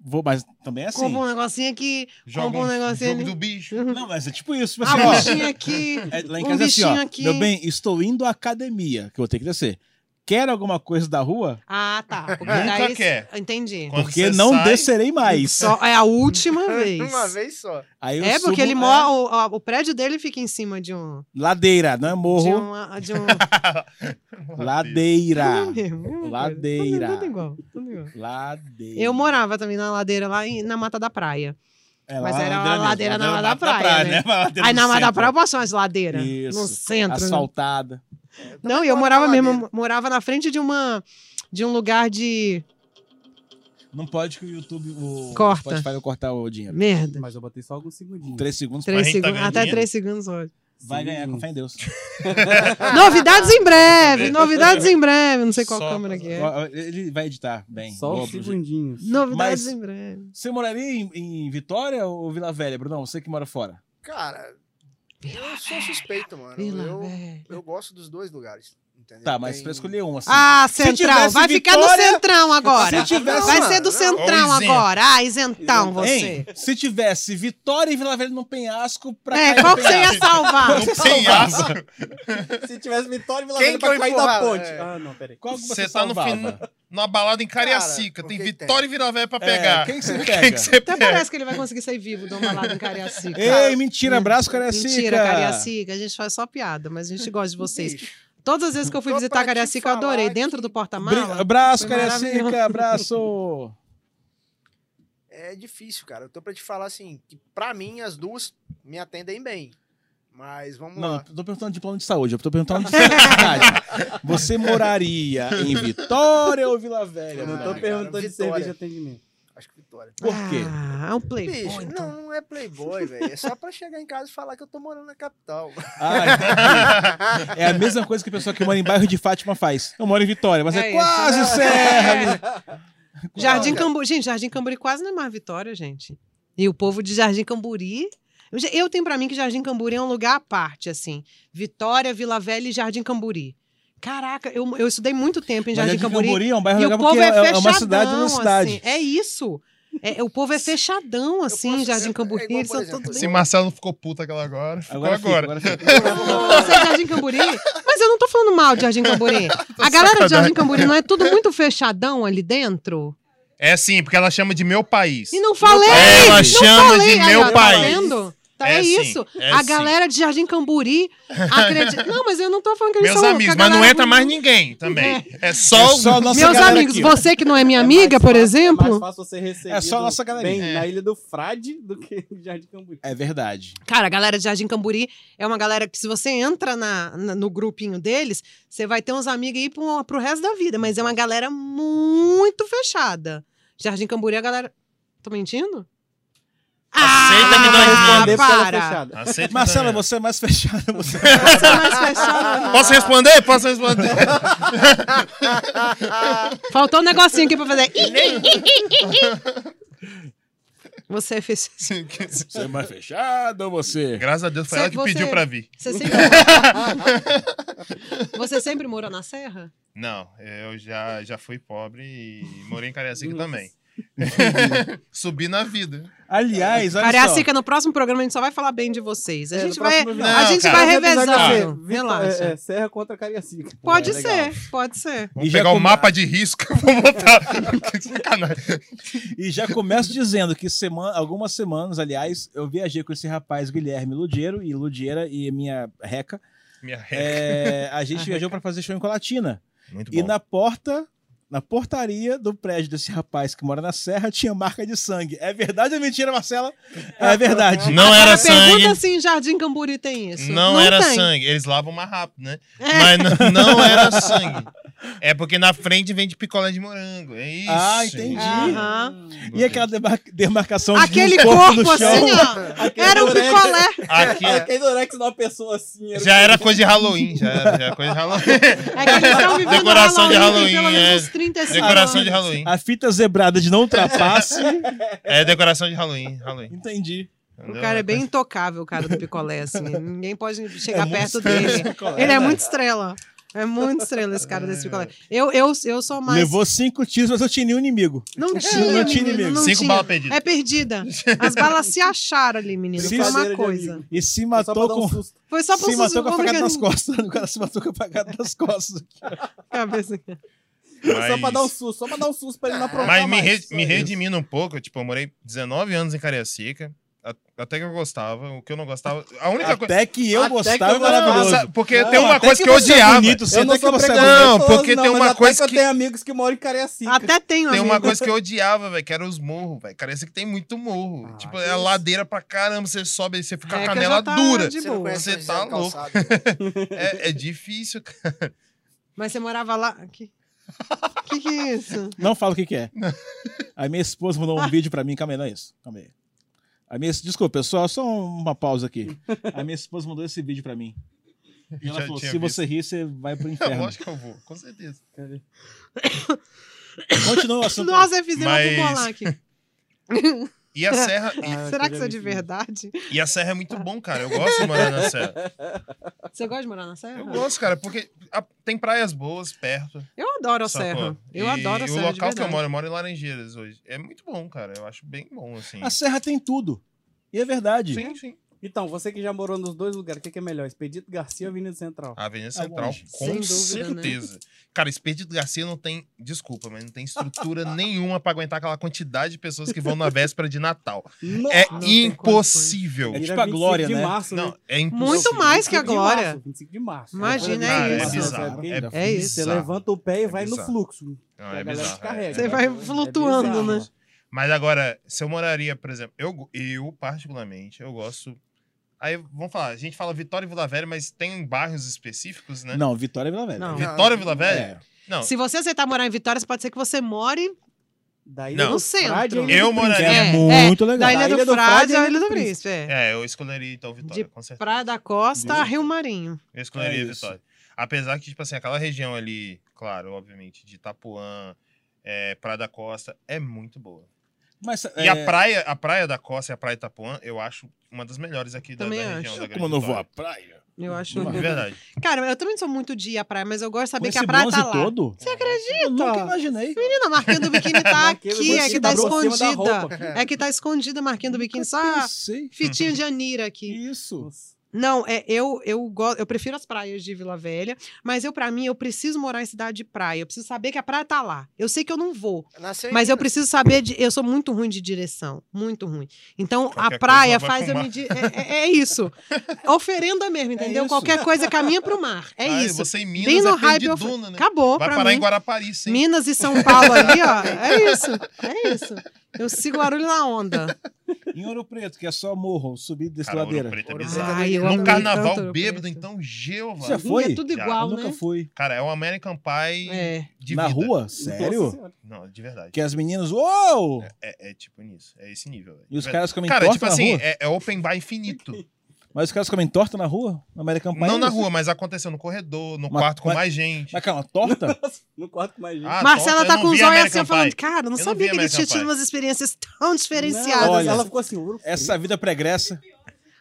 vou, mas também é assim.
Compra um negocinho aqui,
né? Joga
compra um negocinho
jogo
ali.
do bicho.
Não, mas é tipo isso. Tipo
um- Ah,
assim,
um
ó,
bichinho aqui.
é, lá em
um
casa é assim, ó.
bichinho aqui.
Meu bem, estou indo à academia, que eu vou ter que descer. Quer alguma coisa da rua?
Ah, tá. Porque
Nunca
daí-
quer.
Entendi.
Quando
Porque
você
não
sai- <laughs>
descerei mais.
Só, <laughs> é a última vez.
<laughs> Uma vez só.
Aí eu
É,
subo-
porque ele
é,
mora. O, a- o prédio dele fica em cima de um.
Ladeira, não é
De
morro.
um, de um...
<laughs>
<laughs> é
Ladeira. Ladeira.
Ladeira. Tudo igual, tudo igual.
Ladeira.
Eu morava também na ladeira lá em- na Mata da Praia.
É,
mas
lá
era
mesmo,
uma ladeira na
ladeira
Mata da Praia, né?
Uma ladeira
Aí
no
na Mata da
centro,
Praia eu passava umas ladeiras.
Isso.
No centro. né?
Asfaltada.
Não, e eu morava mesmo, eu morava na frente de uma. De um lugar de.
Não pode que o YouTube. O
Corta.
Spotify vai cortar o dinheiro.
Merda.
Mas eu botei só alguns segundinhos.
Três segundos.
Três
Mas a gente tá
segundos.
ganhando
Até
dinheiro?
três segundos hoje.
Vai ganhar, com
Segundinhos.
fé em Deus.
Ah,
Novidades em breve! Novidades em breve! Não sei qual
Só-
câmera que é.
Ele vai editar bem.
um
Só
Boa,
os
Bruno.
segundinhos.
Novidades
Mas-
em breve.
Você moraria em, em Vitória ou Vila Velha, Brunão? Você que mora fora.
Cara,
é
eu sou suspeito, mano.
Vila
Eu,
Velha.
eu gosto dos dois lugares. Entendeu?
Tá, mas
Tem-
pra escolher um, assim.
Ah,
Se
Centrão.
tivesse
Vai ficar no
Vitória-
Centrão agora.
Se tivesse-
Vai ser do
Não,
Centrão
ou isento.
agora. Ah, isentão você.
Hein? Se tivesse Vitória e Vila Velha num penhasco, pra
É,
cá no
qual que você ia
penhasco.
salvar?
Não tem aço.
<laughs> Se tivesse vitória, Vila
Quem
Velha
que eu
pra cair da
empurrava?
ponte.
É.
Ah, não, peraí.
Qual que você,
Você tá no
salvava?
fim- Numa balada em Cariacica.
Cara,
tem
porque
Vitória
tem.
e Vila Velha pra
É,
pegar. <laughs>
quem que você
Quem
pega?
que você
Até
pega?
parece que ele vai conseguir ser vivo de uma balada em Cariacica.
Ei, mentira, abraço, Cariacica.
Mentira, Cariacica. A gente faz só piada, mas a gente gosta de vocês.
Bicho,
Todas as vezes que eu fui
Tô pra
visitar
te
Cariacica, eu
falar
adorei.
que-
Dentro do
Bri-
porta-mala.
Abraço,
Foi maravilhoso.
Cariacica, abraço.
É difícil, cara. Eu tô pra te falar assim, que pra mim as duas me atendem bem. Mas vamos
Não, eu
lá.
tô perguntando de plano de saúde, eu tô perguntando de verdade. <laughs> Você moraria em Vitória ou Vila Velha?
Eu não
Brunão?
cara,
tô perguntando de
Vitória.
cerveja de atendimento.
Acho que Vitória.
Por quê?
Ah, é um playboy.
Bicho,
então.
não é playboy,
<laughs>
velho. É só pra chegar em casa e falar que eu tô morando na capital.
Ah, entendi. é a mesma coisa que a pessoa que mora em bairro de Fátima faz. Eu moro em Vitória, mas é,
É isso. É.
quase serra. né? ali.
Jardim
Olha.
Camburi. Gente, Jardim Camburi quase não é mais Vitória, gente. E o povo de Jardim Camburi. Eu já- Eu tenho pra mim que Jardim Camburi é um lugar à parte, assim. Vitória, Vila Velha e Jardim Camburi. Caraca, eu, eu estudei muito tempo em
Mas
Jardim,
é de
Camburi.
Camburi, é um bairro
E
legal
o povo
porque
é,
é,
fechadão,
uma cidade uma cidade.
assim. É isso. É, o povo é fechadão, assim,
posso
em Jardim
dizer-
Camburi.
é igual,
Eles
por
são
exemplo,
todos
Se
bem...
Marcelo não ficou puta aquela agora, ficou
Agora,
agora.
fica, agora fica.
Ah, Você é Jardim Camburi? Mas eu não tô falando mal de Jardim Camburi. A galera de Jardim Camburi não é tudo muito fechadão ali dentro?
É sim, porque ela chama de meu país.
E não falei!
Ela
não
chama
falei!
de
Aí,
meu
ó, Tá
país.
vendo? Tá,
É
é,
sim,
isso.
é
a
sim.
galera de Jardim Camburi acredita. Não, mas eu não tô falando que eles
Meus
são.
amigos,
que a
mas não
galera
entra
ruim.
mais ninguém também. É,
É
só o.
só a nossa
Meus
galera
amigos,
aqui, ó.
você que não é minha
É
amiga,
mais
por
fácil- É mais
exemplo.
fácil você receber
É só a
do-
nossa galerinha.
Bem,
É.
na Ilha do Frade do que <laughs> em Jardim Camburi.
É verdade.
Cara, a galera de Jardim Camburi é uma galera que, se você entra na, na- no grupinho deles, você vai ter uns amigos aí pro, pro resto da vida. Mas é uma galera muito fechada. Jardim Camburi, a galera. Tô mentindo?
Aceita me dar
ah,
dinheiro.
porque ela é
para.
fechada.
Aceita,
Marcela,
Daniel.
você é mais <laughs> fechada. Você...
Você é mais fechada.
Posso responder? Posso responder?
Faltou um negocinho aqui pra fazer. Você é fechado.
Sim, que-
você é mais fechada ou você?
Graças a Deus, foi
Você-
ela que
você-
pediu pra vir.
Você sempre... Você sempre morou na Serra?
Não, eu já, já fui pobre e morei em Cariacica
Nossa.
também. <laughs> Subi na vida.
Aliás, olha
Cariacica, é assim no próximo programa a gente só vai falar bem de vocês. A
É, no
gente vai,
próximo
a
Ah,
Não,
gente
cara.
vai
Vamos avisar que vai ser
revezando.
Vito-
Relaxa.
é, é, Serra contra Cariacica.
Pode
É,
ser,
legal.
pode ser.
Vamos
E já
pegar o
come-
mapa de risco <laughs> e vou botar. Que sacanagem.
só. E já começo dizendo que semana, algumas semanas, aliás, eu viajei com esse rapaz Guilherme Ludiero e Ludiera e minha reca.
Minha ré.
É, a
<laughs>
gente
A
viajou pra fazer show em Colatina.
Muito
E
bom.
na porta, na portaria do prédio desse rapaz que mora na Serra, tinha marca de sangue. É verdade ou mentira, Marcela? É verdade.
Não
Agora
era
pergunta
sangue.
se em Jardim Camburi tem isso.
Não, era
tem.
sangue. Eles lavam mais rápido, né?
É.
Mas n-
<laughs>
não era sangue. É porque na frente vem de picolé de morango. É isso.
Ah, entendi.
Aham.
E aquela demar- demarcação
Aquele
de um corpo,
corpo
no chão?
assim, ó.
Aquele
Era um
durex-
picolé.
Aqui é,
Aquele durex de uma pessoa assim.
já era coisa de Halloween. Já era, já era coisa de Halloween. <laughs>
É que eles estão vivendo
Decoração de
Halloween, tem pelo
Halloween,
menos
é.
uns 35
Decoração de
anos.
Halloween.
A fita zebrada de não
<laughs>
ultrapasse.
É decoração de Halloween. Halloween.
Entendi.
O
Entendeu?
cara é bem intocável, o cara do picolé, assim. Ninguém pode chegar
É muito
perto
estranho
dele.
esse picolé,
Ele é
né? É.
muito estrela. É muito estrela esse cara desse
Ai,
picolé. Eu, eu, eu sou mais.
Levou cinco tiros, mas eu tinha nenhum inimigo.
Não tinha,
Não tinha
menino,
inimigo.
não
Cinco
tinha.
balas perdidas.
É perdida. As balas se acharam ali, menino.
Se
Foi uma
Brincadeira de
coisa.
amigo.
E se
Foi só pra
matou
dar um
com.
susto.
Foi só pra
Se matou com a facada nas
vocês
costas. <laughs> O cara se matou com a facada nas costas.
cabeça.
Mas, Ah,
Só pra dar um susto, só pra dar um susto pra ele não aprontar
mas me,
mais.
re,
Só
me
isso.
redimindo um pouco, tipo, eu morei 19 anos em Cariacica. a- Até que eu gostava. O que eu não gostava. A única coisa.
Até que eu
Até que
gostava
eu
é maravilhoso.
gostava.
Porque
Não,
tem uma
até
coisa que eu
você é
odiava.
bonito, sim,
Eu não
até que
sou
você é
preconceituoso,
bonito.
Não, porque tem
mas
uma
até
coisa
eu
que- Ah.
tenho amigos que moram em Cariacica.
Até tenho,
Tem
amigo.
uma coisa que eu odiava, velho, que era os morros, velho. Cariacica tem muito morro.
Ah,
tipo,
que
é
isso.
ladeira pra caramba. Você sobe aí, você fica com a
Reca já
canela
tá
dura.
de
Você não
boa.
conhece
Você
São José
tá
do
louco.
Calçado? né?
É, é difícil. cara.
Mas você morava lá. Aqui. Que que é isso?
Não fala o que, que é. A minha esposa mandou um vídeo pra mim. Calma aí, não é isso. Calma aí. A minha... Desculpa, pessoal, só uma pausa aqui. A minha esposa mandou esse vídeo pra mim. E ela
Já
falou:
tinha
se
visto.
você rir, você vai pro
<laughs> É,
inferno.
lógico que eu vou, com certeza.
Continua o assunto.
Nossa, eu fiz é uma
Mas-
bolar aqui.
E a serra,
Ah,
Será
eu
que
queria
isso é de
ver esse vídeo.
verdade?
e, e a serra é muito bom, cara. Eu gosto de morar na serra.
Você gosta de morar na Serra?
Eu gosto, cara, porque a- tem praias boas perto.
Eu adoro a
sacou?
Serra. Eu
E
adoro a
o
Serra. de
local que eu
verdade.
moro, eu moro em Laranjeiras hoje. É muito bom, cara. Eu acho bem bom, assim.
A Serra tem tudo. E é verdade.
Sim, sim.
Então, você que já morou nos dois lugares, o que, que é melhor? Expedito Garcia ou Avenida Central?
A Avenida
Tá
Central,
longe.
com
Sem dúvida, né?
certeza. Cara, Expedito Garcia não tem, desculpa, mas não tem
<laughs>
estrutura nenhuma pra aguentar aquela quantidade de pessoas que vão na véspera de Natal.
Nossa,
É
Não tem
impossível.
É
vira
tipo a
25
Glória,
de
né?
Março, né?
Não, é impossível.
Muito mais que a
25 de
Glória.
março, 25 de março.
Imagina, é
Cara,
isso.
bizarro.
É bizarro. É
É isso.
Você levanta o pé e vai no
bizarro.
fluxo.
Não,
A
é
galera
bizarro.
descarrega.
é-
Você
é
vai
bizarro.
flutuando, né?
Mas agora, se eu moraria, por exemplo, eu, go- eu particularmente, eu gosto. Aí vamos falar, a gente fala Vitória e Vila Velha, mas tem bairros específicos, né?
Não, Vitória é Vila Velha.
Não.
Vitória e Vila
É.
Velha? Não.
Se você aceitar morar em Vitória, pode ser que você more
Daí
Não.
no centro.
Eu moraria.
É,
É,
muito legal.
da Ilha, do, Frade à Ilha do Príncipe. é.
É, eu escolheria então Vitória,
De
com certeza.
Praia da Costa a Rio Marinho.
Eu
É
escolheria
isso.
Vitória. Apesar que, tipo assim, aquela região ali, claro, obviamente, de Itapuã, é, Praia da Costa, é muito boa.
Mas,
E a
é,
praia, a praia da Costa e a praia de Itapuã, eu acho uma das melhores aqui da, da
Também
região.
acho.
Da Grande
Como eu não vou à
Vitória.
praia?
Eu acho.
Uma
De verdade.
Cara, eu também sou muito de ir à praia, mas eu gosto de
Com
saber que
esse
a praia
bronze
tá lá.
todo? Você acredita? Eu nunca imaginei.
Menina, a marquinha do biquíni
<laughs>
tá aqui, é que tá escondida.
roupa.
É que tá escondida a marquinha do biquíni, só
Eu
a
sei.
fitinha de Anira aqui. <laughs>
Isso.
Não, é, eu eu gosto, eu prefiro as praias de Vila Velha, mas eu para mim eu preciso morar em cidade de praia, eu preciso saber que a praia tá lá. Eu sei que eu não vou,
Nasceu em
Mas eu
Minas.
preciso saber de. Eu sou muito ruim de direção, muito ruim. Então
Qualquer
a
coisa
praia
vai
faz eu
pro
me. di- É, é- é
<laughs>
isso. Oferenda mesmo, entendeu?
É isso.
Qualquer coisa caminha pro mar. É
Ah, e
isso.
Você em Minas
Bem no
é
hype. Eu...
Pendiduna, né?
Acabou
Vai
pra
parar
mim.
em Guarapari, sim.
Minas e São Paulo
<laughs>
ali, ó. É isso. É isso. Eu sigo o barulho na onda.
Em Ouro Preto, que é só morro, subir desse
Cara, Ouro
ladeira.
Preto é
Ouro
bizarro.
Preto é lindo.
eu
Num
amei tanto
carnaval
Ouro
bêbado,
Preto.
então, gelo,
Você já
mano.
foi?
É tudo
Já.
igual,
nunca
né?
fui.
Cara, é um American Pie
É.
de
Na
vida.
rua? Sério?
Não, de verdade.
Que as meninas. Uou!
É, é tipo nisso. É esse nível. velho.
E os
De
caras comem
Cara,
torta
tipo
na
assim,
rua?
é, é open bar infinito.
Mas os caras comem torta na rua? Na American Pie?
Não na
isso?
rua, mas aconteceu no corredor, no
Mas-
quarto com
mas-
mais gente.
Mas calma,
<laughs>
torta?
No quarto com mais gente.
Ah,
Marcela
torta, eu
tá
não
com
vi
os olhos
American
assim, eu falando,
Pie.
cara, eu não
Eu não
sabia
vi
que eles tinham
American
tido
Pie.
umas experiências tão diferenciadas.
Não,
Olha,
ela ficou assim, ouro
Essa vida pregressa.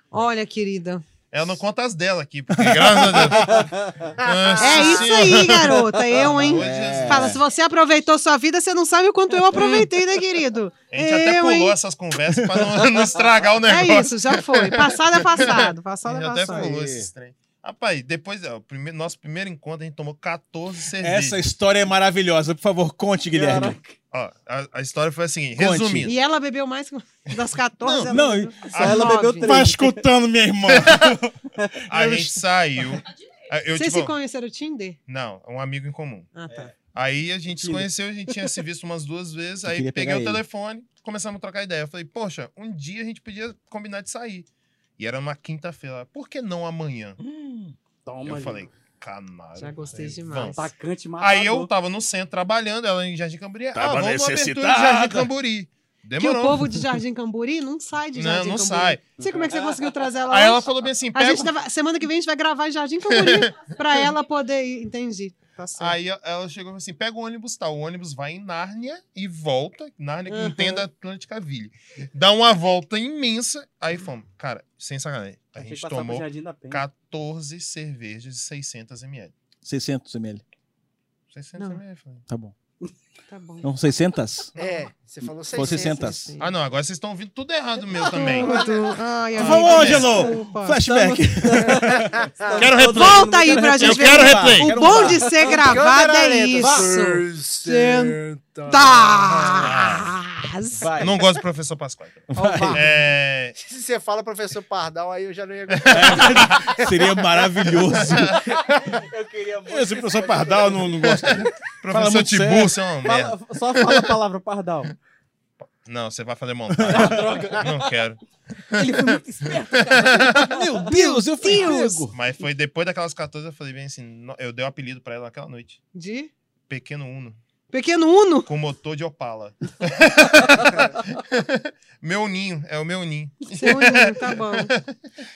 Olha, querida.
Ela É, não conta as dela aqui, porque graças a Deus.
<laughs>
Nossa
É isso
<laughs>
aí, garota. Eu, hein?
Hoje, assim.
É.
Fala, se você aproveitou sua vida, você não sabe o quanto eu aproveitei, né, querido?
A gente até
Eu,
pulou
hein?
essas conversas pra não, não estragar o <laughs> negócio.
<laughs> É isso, já foi. Passado é passado.
a
Passado
gente
é
até
passado.
pulou
Aí.
esses trem. Rapaz, depois, ó, o primeiro, nosso primeiro encontro, a gente tomou 14 cervejas.
Essa história é maravilhosa. Por favor, conte, Guilherme.
Ó, a, a história foi a seguinte,
Conte.
resumindo.
E ela bebeu mais que- das 14. ela
não,
bebeu
Só ela bebeu
nove.
três. Vai
escutando, minha irmã. <laughs>
A gente saiu. a- Eu,
Vocês
tipo,
se conheceram no Tinder?
Não, um amigo em comum.
Ah, tá.
Aí a gente se
Filho.
conheceu, a gente tinha se visto umas duas vezes.
Eu
Aí
queria
peguei
pegar
o
ele.
telefone, começamos a trocar ideia. Eu falei, poxa, um dia a gente podia combinar de sair. E era uma quinta-feira. Ela, Por que não amanhã?
Toma,
Eu
gente.
falei, canalha.
Hum. Já gostei
Falei,
demais.
"Vamos."
Atacante matador.
Aí eu tava no centro trabalhando, ela em Jardim Camburi.
Tava
ah, vamos numa abertura de
necessitada.
Jardim Camburi.
Que o
Demorou.
povo de Jardim Camburi não sai de
Não,
Jardim
não
Camburi.
sai.
Não sei como é que você conseguiu trazer ela
Aí
hoje.
ela falou bem assim,
A
pega...
gente tava- semana que vem a gente vai gravar em Jardim
<laughs>
Camburi pra ela poder ir. Entendi. Tá certo.
Aí ela chegou e falou assim: pega o ônibus, tá? O ônibus vai em Nárnia e volta. Nárnia que
Aham.
entenda Atlântica Ville. Dá uma volta imensa. Aí fomos, cara, sem sacanagem. A
Achei que
gente
passava pro
tomou
Jardim da Penha.
14 cervejas de 600 ml.
600 ml.
600
Não.
ml. falei.
Tá bom.
Tá bom.
Não, 600?
É, você falou
Falou
600. <laughs>
600.
Ah, não, agora vocês estão ouvindo tudo errado meu também.
Tudo. Ai,
Por
amigo,
favor, Angelo!
desculpa.
Flashback.
Quero replay.
Volta aí pra gente
Eu
ver.
quero
como-
replay.
O bom de
<laughs>
ser gravado é isso.
isso.
Tá.
Vai.
Eu não gosto do professor Pascoal. então.
Vai.
É,
<laughs> Se você fala professor Pardal, aí eu já
<laughs>
não ia gostar.
Seria maravilhoso.
Eu queria muito.
Esse professor Pardal não, não gosta.
professor
muito sério.
Tibu, você é uma merda.
Fala- só fala a palavra pardal.
Não, você vai fazer montagem. Não quero.
Ele foi muito esperto.
Meu Deus, eu fui
Deus.
pego.
Mas foi depois daquelas 14, eu falei bem assim, no- eu dei o apelido pra ela naquela noite.
De
Pequeno Uno,
pequeno Uno.
com motor de Opala. <laughs> meu ninho, é o meu ninho.
Seu Uno, tá bom.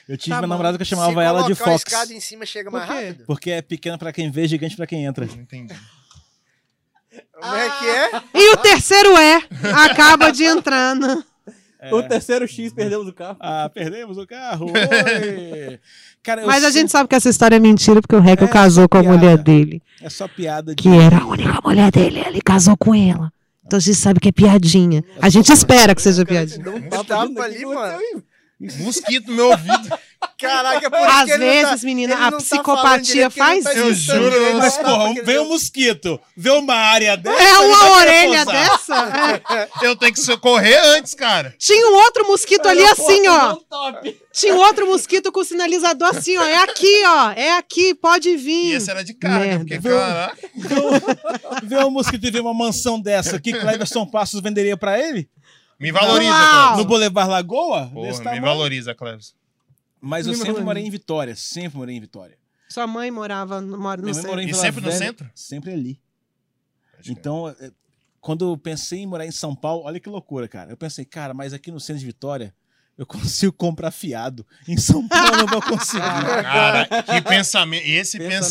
Eu tive
Tá
uma
bom.
namorada que eu
Se
chamava ela de
colocar uma
Fox.
escada em cima, chega mais
Por quê?
rápido.
Porque é pequena pra quem vê, gigante pra quem entra.
Não entendi.
Como
Ah,
é que é?
E o terceiro é. Acaba de entrar. na-
É.
O terceiro X perdemos o carro.
Ah, perdemos o carro. <laughs> Oi. Cara, eu
Mas a
sei-
gente sabe que essa história é mentira, porque o Reco
É,
casou com a
piada.
mulher dele.
É só piada de.
Que era a única mulher dele. Ele casou com ela. Então a gente sabe que é piadinha. A gente espera que seja piadinha.
Deu um
Tapa ali, mano.
Mosquito no meu ouvido.
Caraca, é por isso
Às
que ele não tá-
vezes, menina,
ele
a
não tá falando
psicopatia
direito, ele não
faz
tá
Eu
isso.
escutando
juro,
direito,
Mas,
não,
porra,
porque ele
vê
não-
um mosquito, vê uma área dessa.
É
ele
uma
vai
orelha
pousar.
dessa? É.
Eu tenho que socorrer antes, cara.
Tinha um outro mosquito ali assim, ó.
Top.
Tinha um outro mosquito com sinalizador assim, ó. É aqui, ó. É aqui, pode
E
vir.
esse era de carga,
Merda.
porque, caraca,
Vê um mosquito e vê uma mansão dessa que Cleverson Passos venderia pra ele?
me valoriza,
Uau.
No
Cleves.
Boulevard Lagoa? desse
Porra, me
tamanho?
valoriza, Cleves.
Mas eu
Me um
sempre
valoriza.
morei em Vitória, sempre morei em Vitória.
Sua mãe morava no, mora no
é- Minha mãe morou
centro.
em
E
Vila
sempre no
Velha,
centro?
Sempre ali. Então, é, quando eu pensei em morar em São Paulo, olha que loucura, cara. Eu pensei, cara, mas aqui no centro de Vitória eu <laughs> consigo comprar fiado. Em São Paulo eu não vou <laughs> conseguir.
é. Cara, que pensamento. Esse
Pensamento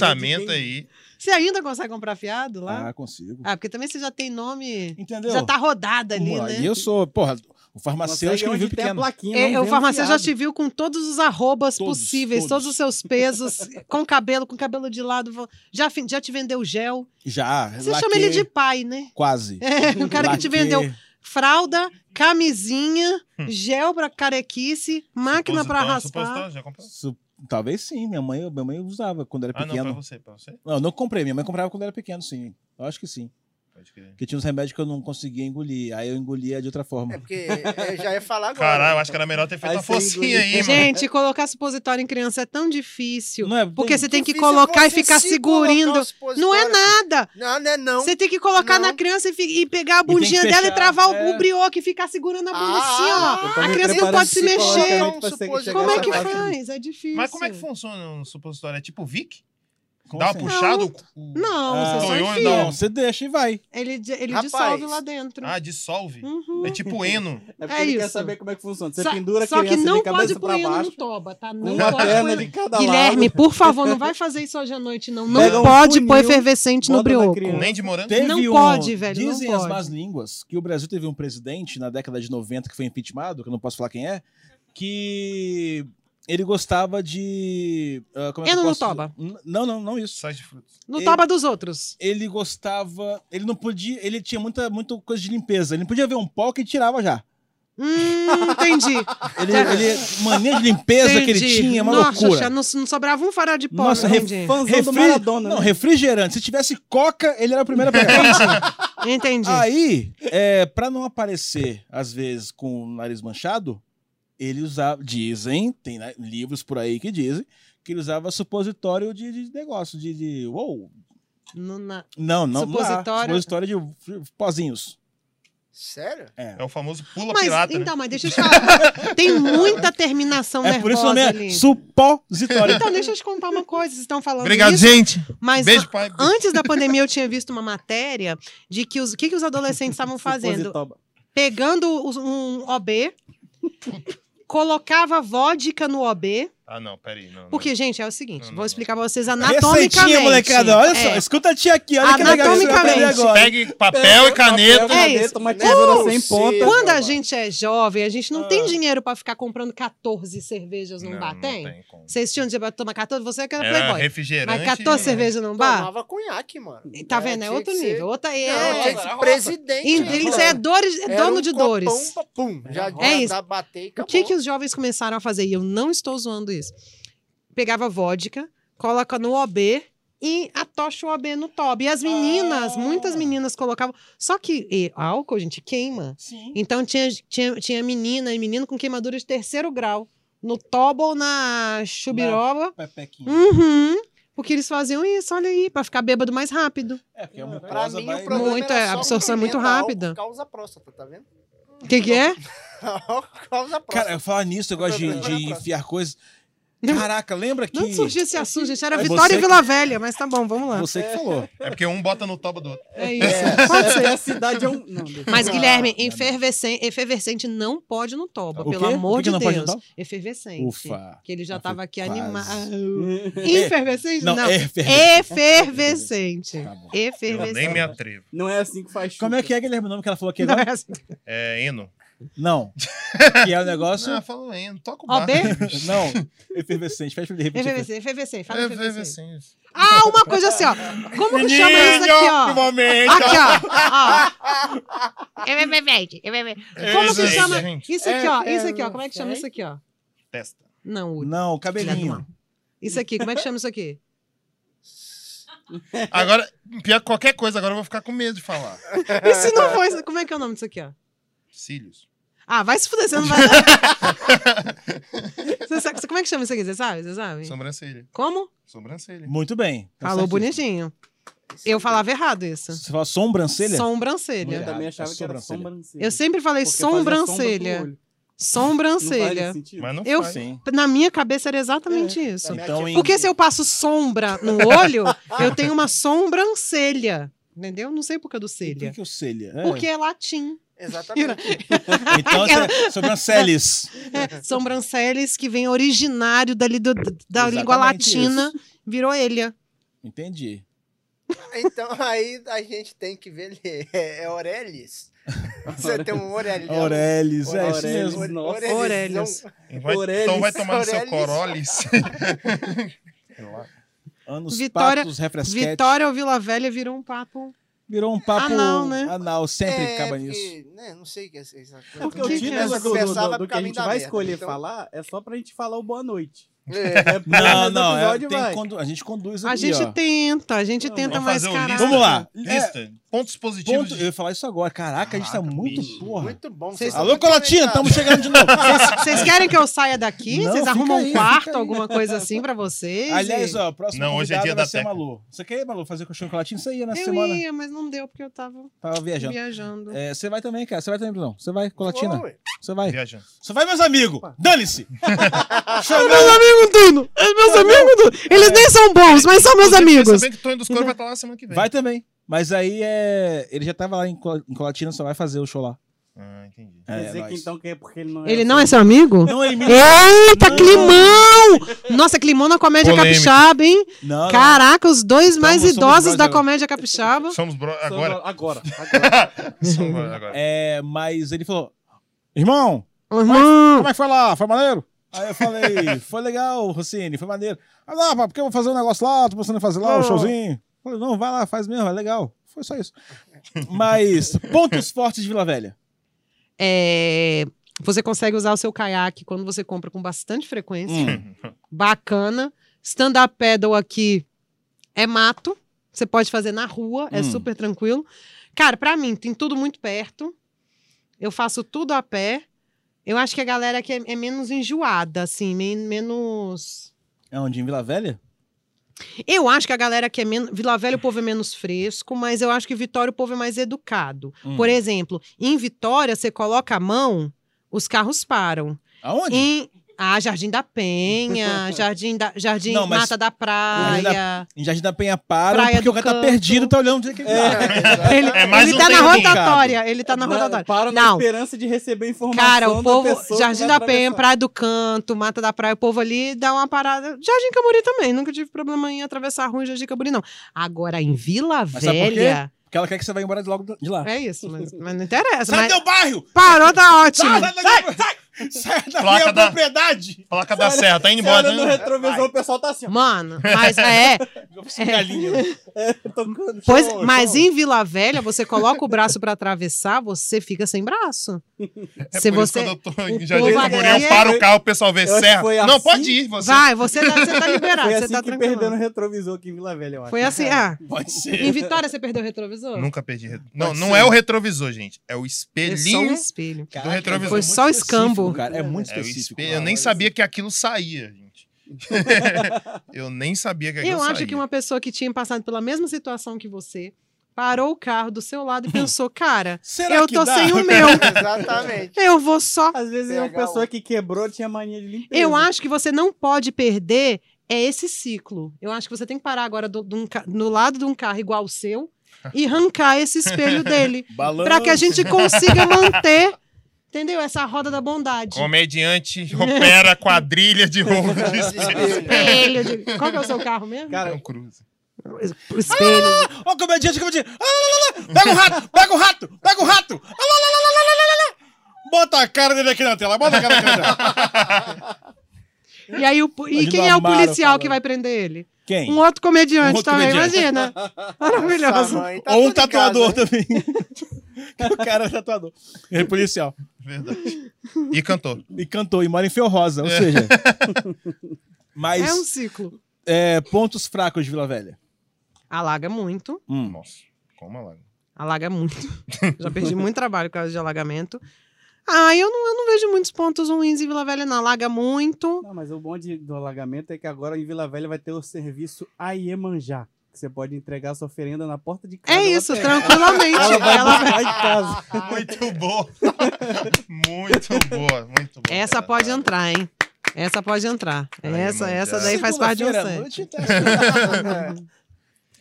pensamento,
de quem-
aí.
Você ainda consegue comprar fiado lá?
Ah, consigo.
Ah, porque também você já tem nome.
Entendeu?
Já tá rodada ali,
Pô,
né?
E eu sou, porra, o farmacêutico ele viu
tem a
pequeno.
plaquinha.
É,
não
o
vendo
farmacêutico já
fiado.
te viu com todos os arrobas
Todos,
possíveis, todos.
todos.
os seus pesos, com cabelo, com cabelo de lado. vo- Já, fin- já te vendeu gel.
Já.
Você
laquei
chama ele de pai, né?
Quase.
É, o cara que te
Laquei.
vendeu fralda, camisinha,
Hum.
gel pra carequice, máquina pra
Supositório,
raspar.
supositório, já comprou?
Su- Talvez sim, minha mãe, minha mãe usava quando era
Ah, não, pra
É pequeno.
você, pra você.
não, eu não comprei, minha mãe comprava quando era pequeno, sim. Eu acho que sim.
Pode crer.
Porque tinha uns remédios que eu não conseguia engolir, aí eu engolia de outra forma.
É porque eu já ia falar agora.
Caralho, eu acho que era melhor ter feito
Aí
uma
você
focinha aí,
engoliu.
mano.
Gente, colocar supositório em criança é tão difícil.
Não é
Porque
bem-
você tem que
Difícil
colocar e
você
ficar
se
segurindo.
colocar os
Não é
positórios.
nada.
Não, não é não.
Você tem que colocar
Não.
na criança e, fi- e pegar a
tem que
bundinha dela e
fechar,
travar o-
é.
o brioco e ficar segurando a bunda assim, ó.
Eu
Ah,
tô me
A criança não
preparando né?
pode se mexer.
psicologicamente pra ser-
Como
chegar
Como é
nessa
que
fase.
faz? É difícil.
Mas como é que funciona um supositório? É tipo Vic?
Como
Dá uma
assim?
puxada? o- o-
Não,
É.
Ah,
você só
Toyota,
enfia.
Não, você deixa e vai.
Ele, de- ele
Rapaz.
dissolve lá dentro.
Ah, dissolve?
Uhum.
É <laughs> tipo Eno.
É porque
É
ele quer
isso.
saber como é que funciona. Você
Só-
pendura a
Só que
criança
não
de cabeça
pode
pra
pôr ele no
baixo,
toba, tá?
com
Não
uma
pode
perna
pôr
de cada
Guilherme,
lado.
por favor, não vai fazer isso hoje à noite, não. Não
Pega um
pode pôr
funil,
efervescente no
bota na
brioco.
criança.
Nem de morango?
Teve
Não
um-
pode, velho, não
Dizem as
pode.
más línguas que o Brasil teve um presidente na década de 90 que foi impeachmentado, que eu não posso falar quem é, que ele gostava de. ah, como é que
Eno
eu
no
posso dizer?
toba.
N- Não, não, não isso.
Sais de frutas.
No
Ele-
toba dos outros.
Ele gostava. Ele não podia. Ele tinha muita, muita coisa de limpeza. Ele não podia ver um pó que tirava já.
Hum,
<laughs>
entendi. <laughs>
Ele, ele- mania de limpeza que ele
Entendi.
é
tinha, é uma
Nossa,
loucura.
já não, não sobrava um fará de pó.
Nossa,
entendi.
Fãzão do
Refri-
Maradona.
Não,
né?
refrigerante. Se tivesse coca, ele era o primeiro a
<laughs>
pegar.
Entendi.
Aí, é, pra não aparecer, às vezes, com o nariz manchado, ele usava. Dizem, tem né, livros por aí que dizem, que ele usava supositório de, de negócio, de. de uou.
No- na-
Não, não. não há.
Supositório?
supositório de f- pozinhos.
Sério?
É.
É o famoso pula
Mas,
pirata, né?
então, mas
<laughs>
deixa eu te falar. Tem muita terminação
É
nervosa
por isso o nome é
ali.
supositório.
Então, deixa eu te contar uma coisa. Vocês estão falando
Obrigado,
isso,
gente.
mas
Beijo, pai.
a- antes da pandemia eu tinha visto uma matéria de que os, o que, que os adolescentes
<laughs>
estavam fazendo.
Supositoba.
Pegando os- um OB, colocava vodka no OB
Ah, não, peraí. Não, não.
Porque, gente, é o seguinte,
Não, não,
vou
não.
explicar pra vocês
É Receitinha,
anatomicamente.
molecada. Olha só,
É.
escuta a tia aqui. Olha que legal que você vai aprender
Anatomicamente.
agora.
Pegue É, papel e caneta.
É
caneta,
isso.
uma tesoura sem ponta.
Quando a
Mano.
gente é jovem, a gente não tem
Ah.
dinheiro pra ficar comprando 14 cervejas num
Não,
bar,
não É.
tem?
como.
Vocês tinham dinheiro pra tomar 14? Você que era
Era
é playboy.
refrigerante.
Mas 14
e-
cervejas num bar?
Tomava cunhaque, mano.
Tá vendo? É
tinha
outro
que ser-
nível. Outra é...
Não, tinha que ser presidente.
Em
né,
drinks
mano?
é, dores, é
Era
dono
um
de
copão,
dores.
pa- Pum, já, já
É isso.
dá- batei e
O que, que
acabou.
os jovens começaram a fazer? E eu não estou zoando isso. Pegava vodka, coloca no OB e atocha o OB no toba. E as meninas,
Ah.
muitas meninas colocavam. Só que e, álcool, gente, queima.
Sim.
Então tinha, tinha, tinha menina e menino com queimadura de terceiro grau. No toba ou na chubiroba.
Pepequinha.
Uhum. Porque eles faziam isso, olha aí, pra ficar bêbado mais rápido.
É, porque é
Pra
uma
Pra
coisa
mim, o
vai...
problema
Muito,
era
é,
só
a absorção é
porque
muito
álcool
rápida.
Causa próstata, tá vendo? <laughs>
O que, que é?
Álcool causa próstata.
Cara, eu falar nisso, eu gosto de,
é
de enfiar coisas. Caraca, lembra que.
Não surgiu esse assunto, gente. Era
É
Vitória
você
e Vila Velha, mas tá bom, vamos lá.
Você que falou.
É porque um bota no toba do outro.
É isso. <laughs> Pode
É,
ser.
a cidade é um. Não, deixa.
Mas,
Não,
Guilherme,
não, não.
efervescente, efervescente não pode no toba,
Ah, tá O quê?
pelo
O que
amor
que
de
não
Deus.
pode no toba?
Efervescente.
Ufa.
Que ele já
Ah, foi
tava aqui
quase. <laughs>
animado.
É.
Efervescente? Não. É.
Não, é efervescente.
Efervescente.
Tá bom.
Eu nem
Efervescente.
me atrevo.
Não é assim que faz chuva.
Como é que é, Guilherme, o nome que ela falou aqui
Não
agora?
é assim.
É Eno.
Não. Que é o negócio.
Ah, falou Eno. Toca o
Ó,
bar.
bem.
<laughs> Não, efervescente. Pede pra ele repetir. aqui.
Efervescente, efervescente.
É,
Fala efervescente.
Efervescente.
Ah, uma coisa assim, ó. Como que chama isso aqui,
do
ó?
momento.
Aqui, ó. ó. Efervescente, efervescente. Ah, Como que
Efervescente.
chama
Gente.
isso aqui, ó? Isso aqui, ó. Como é que chama isso aqui, ó?
Testa.
Não, o...
Não, cabelinho.
Isso aqui, como é que chama isso <laughs> aqui?
Agora, pior que qualquer coisa, agora eu vou ficar com medo de falar.
Isso não foi. Como é que é o nome disso aqui, ó?
Cílios.
Ah, vai se <laughs> fuder, você não vai. Você sabe- como é que chama isso aqui? Você sabe? Você sabe?
Sobrancelha.
Como?
Sobrancelha.
Muito bem. Tá
Falou
certíssimo.
bonitinho. Eu falava errado isso.
Você fala sobrancelha?
Eu
Sobrancelha.
Mulher.
também achava
É
que era
sobrancelha.
sobrancelha.
Eu sempre falei
Porque fazia
sobrancelha.
sombra pro olho. Não É. faz
Sobrancelha.
sentido?
Mas não
Eu-
faz.
Sim.
Na minha cabeça era exatamente isso.
também.
Então, em...
Porque se eu passo sombra no olho, eu tenho uma sobrancelha. Entendeu? Não sei por que do
Por que
celha.
que o celha? É.
Porque é latim.
Exatamente.
Então,
Aquela-
é sobrancelhas. Uhum.
É, sobrancelhas que vem originário dali do- da língua
Exatamente
latina, virou elha.
Entendi.
Então <laughs> aí a gente tem que ver. É, é Orelis. Você tem um Orelis.
Aurelis, é isso
Aurelis.
mesmo.
nossa.
Orelhas.
é
Vai-
Orelhas.
então vai tomar no seu
Orelhas.
corolis.
Anos
Vitória-
patos, refresquete.
Vitória ou Vila Velha virou um papo.
Virou um papo
Anal, né?
anal, sempre
É,
acaba
porque,
nisso.
Né, não sei o que é essa coisa.
Porque
O que
o
que é?
título do, do-
Conversava
do- do
pro
que a
caminho
gente
da
vai
merda,
escolher
então.
falar é só pra gente falar o boa noite.
É,
<laughs> É pra
Não,
mas no
não, é,
episódio
tem
vai.
condu- a gente conduz aqui,
A gente
ó.
tenta, a gente
Vamos
tenta,
Vamos
mas
fazer um o
caralho.
lista.
Vamos lá.
Lista. Pontos positivos.
Ponto, eu
de-
ia falar isso agora. Caraca, a gente tá
Caraca,
muito
bicho.
porra.
muito bom.
Vocês
cara.
Alô, Colatina, estamos chegando <laughs> de novo.
Vocês- Vocês querem que eu saia daqui?
Não,
Vocês
fica
arrumam
aí,
um quarto,
fica aí.
alguma coisa assim pra vocês?
Aliás,
E-
ó, próximo
Não, hoje é
convidado
dia
vai
da
ser a
Teca.
Malu. Você quer, Malu, fazer com o chocolatinho? Você ia nessa
eu
semana.
ia, mas não deu porque eu tava
Tava viajando.
viajando.
É, Você vai também, cara. Você vai também, Brunão. Você vai, Colatina.
Ô, ué.
Você vai.
Viajando.
Você vai, meus amigos. Dane-se.
Meus amigos, Duno! É Meus amigos, Duno! Eles nem são bons, mas são meus amigos!
Sabendo que o Tony dos Coros vai estar lá semana que vem.
Vai também. Mas aí é. Ele já tava lá em Col- em Colatina, só vai fazer o show lá.
Ah, entendi.
É,
Quer dizer que
nóis.
então que é porque ele não é.
Ele não é seu amigo?
Não é em mim.
Eita,
Não.
climão! Nossa, climão na comédia
Polêmica.
capixaba, hein?
Ah, Não, Tá, não.
Caraca, os dois mais
somos
idosos da
brother.
comédia capixaba.
Somos bro... agora.
Agora. Agora.
Tá
agora.
Somos bro-
<laughs>
agora.
É, mas ele falou: Irmão,
Irmão!
como é que foi lá? Foi maneiro? Aí eu falei, foi legal, Rossini, foi maneiro. Ah, não, pá, porque eu vou fazer um negócio lá, tô pensando em fazer lá, um
Não.
showzinho. Eu Falei, não, vai lá, faz mesmo, é legal. Foi só isso. Mas, pontos fortes de Vila Velha.
É, você consegue usar o seu caiaque quando você compra com bastante frequência.
Hum.
Bacana. Stand-up paddle aqui é mato. Você pode fazer na rua, é
Hum.
super tranquilo. Cara, pra mim, tem tudo muito perto. Eu faço tudo a pé. Eu acho que a galera aqui é, é menos enjoada, assim, men- menos.
É onde? Em Vila Velha?
Eu acho que a galera que é menos. Vila Velha o povo é menos fresco, mas eu acho que Vitória o povo é mais educado.
Hum.
Por exemplo, em Vitória, você coloca a mão, os carros param.
Aonde?
Em, Ah, Jardim da Penha, Jardim, da, Jardim
Não, mas-
Mata da
Jardim da-
Praia.
Em Jardim da Penha para,
Praia
porque
do
o cara tá
Canto.
perdido, tá olhando. É.
Ele,
É mais
ele
um
tá na
tempinho.
rotatória, ele tá na rotatória.
Para na
Não.
esperança de receber informação.
Cara, o
da
povo,
pessoa que
Jardim
vai
da Penha,
atravessar.
Praia do Canto, Mata da Praia, o povo ali dá uma parada. Jardim Camburi também, nunca tive problema em atravessar a rua em Jardim Camburi, não. Agora, em Vila
Mas sabe por quê?
Velha,
Porque ela quer que você vá embora logo de lá.
é isso, mas, mas não interessa.
Sai
Mas...
do meu bairro!
Parou, tá ótimo.
Sai, sai, sai, sai, sai da
Placa
minha
da-
propriedade!
Placa da
Você
Serra, tá indo
Você
embora.
olha no
né?
retrovisor, o pessoal tá assim, ó,
Mano, mas é.
Eu vou ser galinha.
tocando.
Pois,
show,
mas
show.
em Vila Velha, você coloca o braço pra atravessar, você fica sem braço.
É
Se
por isso
você-
quando eu tô
o
em Jardim
povo
do Camboriú,
aqui
eu paro
é-
o carro, o pessoal vê
Eu acho que
Serra.
foi
Não,
assim.
pode ir, você.
Vai, você tá, você tá liberado,
Foi
você
assim
tá
que perdeu no
tranquilo.
retrovisor aqui em Vila Velha, eu acho.
Foi
<laughs>
assim, ah.
Pode
Em
ser.
Vitória você perdeu o retrovisor?
Nunca perdi. re- Não,
Pode
não
ser.
é o retrovisor, gente. É o
É só um
espelhinho.
espelho.
Caraca,
retrovisor.
é
Foi
muito
só
específico,
escambo.
Cara. É muito
É o
específico.
espelho. Eu nem
Olha,
sabia que aquilo saía, gente. <laughs> eu nem sabia que aquilo
Eu
saía.
acho que uma pessoa que tinha passado pela mesma situação que você parou o carro do seu lado e pensou, cara,
Será
eu
que
tô
dá?
sem um
<laughs>
o
<laughs>
meu, <laughs>
Exatamente.
eu vou só.
Às vezes é uma
PH1.
pessoa que quebrou tinha mania de limpeza.
Eu acho que você não pode perder é esse ciclo. Eu acho que você tem que parar agora do, de um ca- no lado de um carro igual o seu e arrancar esse espelho dele.
Balanço.
Pra que a gente consiga manter, entendeu? Essa roda da bondade.
Comediante opera quadrilha de roubo de espelho.
Espelho de... Qual que é o seu carro mesmo?
Cara,
Tom Cruise.
Espelho.
Ó, comediante, comediante. Ah, lá, lá, lá, lá. Pega o rato, pega o rato, pega o rato. Ah, lá, lá, lá, lá, lá, lá, lá, lá. Bota a cara dele aqui na tela, bota a cara dele aqui na tela.
E, aí, o, e
Imagina
quem
o
é o
Amaro
policial
falando.
que vai prender ele?
<laughs> Quem?
Um outro comediante
Um outro
também,
comediante. <laughs>
imagina.
Nossa,
Maravilhoso.
mãe, tá
Ou um
tudo em
tatuador
casa,
também. <laughs> o cara é tatuador. É policial.
Verdade. E cantor.
E cantou, e mora em Felrosa, ou <laughs> seja... Mas
É um ciclo.
é, pontos fracos de Vila Velha.
Alaga muito.
Hum.
Nossa, como ela.
<laughs>
Alaga muito. Já perdi muito trabalho por causa de alagamento. Ah, eu não, eu não vejo muitos pontos ruins em Vila Velha, não. Alaga muito.
Não, mas o bom de- do alagamento é que agora em Vila Velha vai ter o serviço Aiemanjá, que você pode entregar sua oferenda na porta de casa.
É
ela
isso,
pega.
tranquilamente.
Ela vai
Ela-
buscar em
<laughs>
casa.
Muito boa. Muito boa, muito boa.
Essa
cara.
pode entrar, hein? Essa pode entrar.
Ai,
Essa,
mãe,
essa
já.
daí faz parte de um
Segunda-feira à
set.
noite, tá?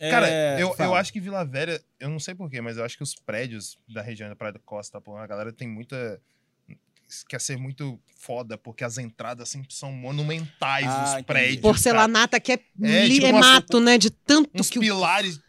<laughs>
né?
Cara,
É,
eu, eu
fala.
acho que Vila Velha, eu não sei porquê, mas eu acho que os prédios da região da Praia do Costa, pô, a galera tem muita. Quer ser muito foda, porque as entradas sempre são monumentais,
Ah,
os
entendi.
prédios. cara.
Porcelanata que é, li-
tipo
é
umas-
mato, né? De tanto
Uns
que o,
pilares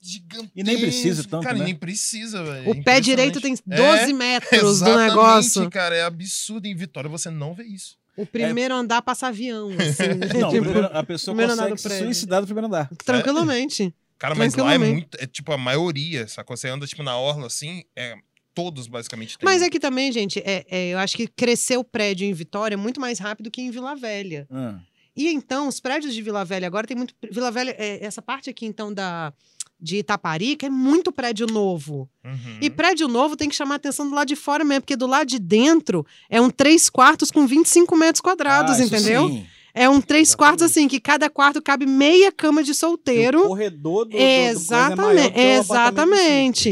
gigantescos.
E nem precisa tanto,
Cara,
né?
nem precisa, velho.
o
é
pé direito tem
impressionante.
12
É,
metros do
exatamente,
negócio.
cara, é absurdo. Em Vitória você não vê isso.
O primeiro andar passa avião,
<laughs>
assim.
Não,
tipo,
primeiro- a pessoa
primeiro andar
consegue
do
se
prédio.
suicidar do primeiro andar.
Tranquilamente.
Cara, mas lá é
Tranquilamente.
muito. É tipo a maioria, sacou? Você anda tipo na orla assim, é, todos basicamente um. têm.
Mas é que também, gente, é, é, eu acho que crescer o prédio em Vitória é muito mais rápido que em Vila Velha.
Ah.
E então, os prédios de Vila Velha agora tem muito. Vila Velha, é, essa parte aqui, então, da, de Itaparica, é muito prédio novo.
Uhum.
E prédio novo tem que chamar a atenção do lado de fora mesmo, porque do lado de dentro é um 3 quartos com 25 metros quadrados,
Ah, isso
entendeu?
sim.
É um 3
Exatamente.
quartos assim, que cada quarto cabe meia cama de
O
solteiro.
corredor do, do- do coisa é maior
Exatamente,
que o apartamento em si.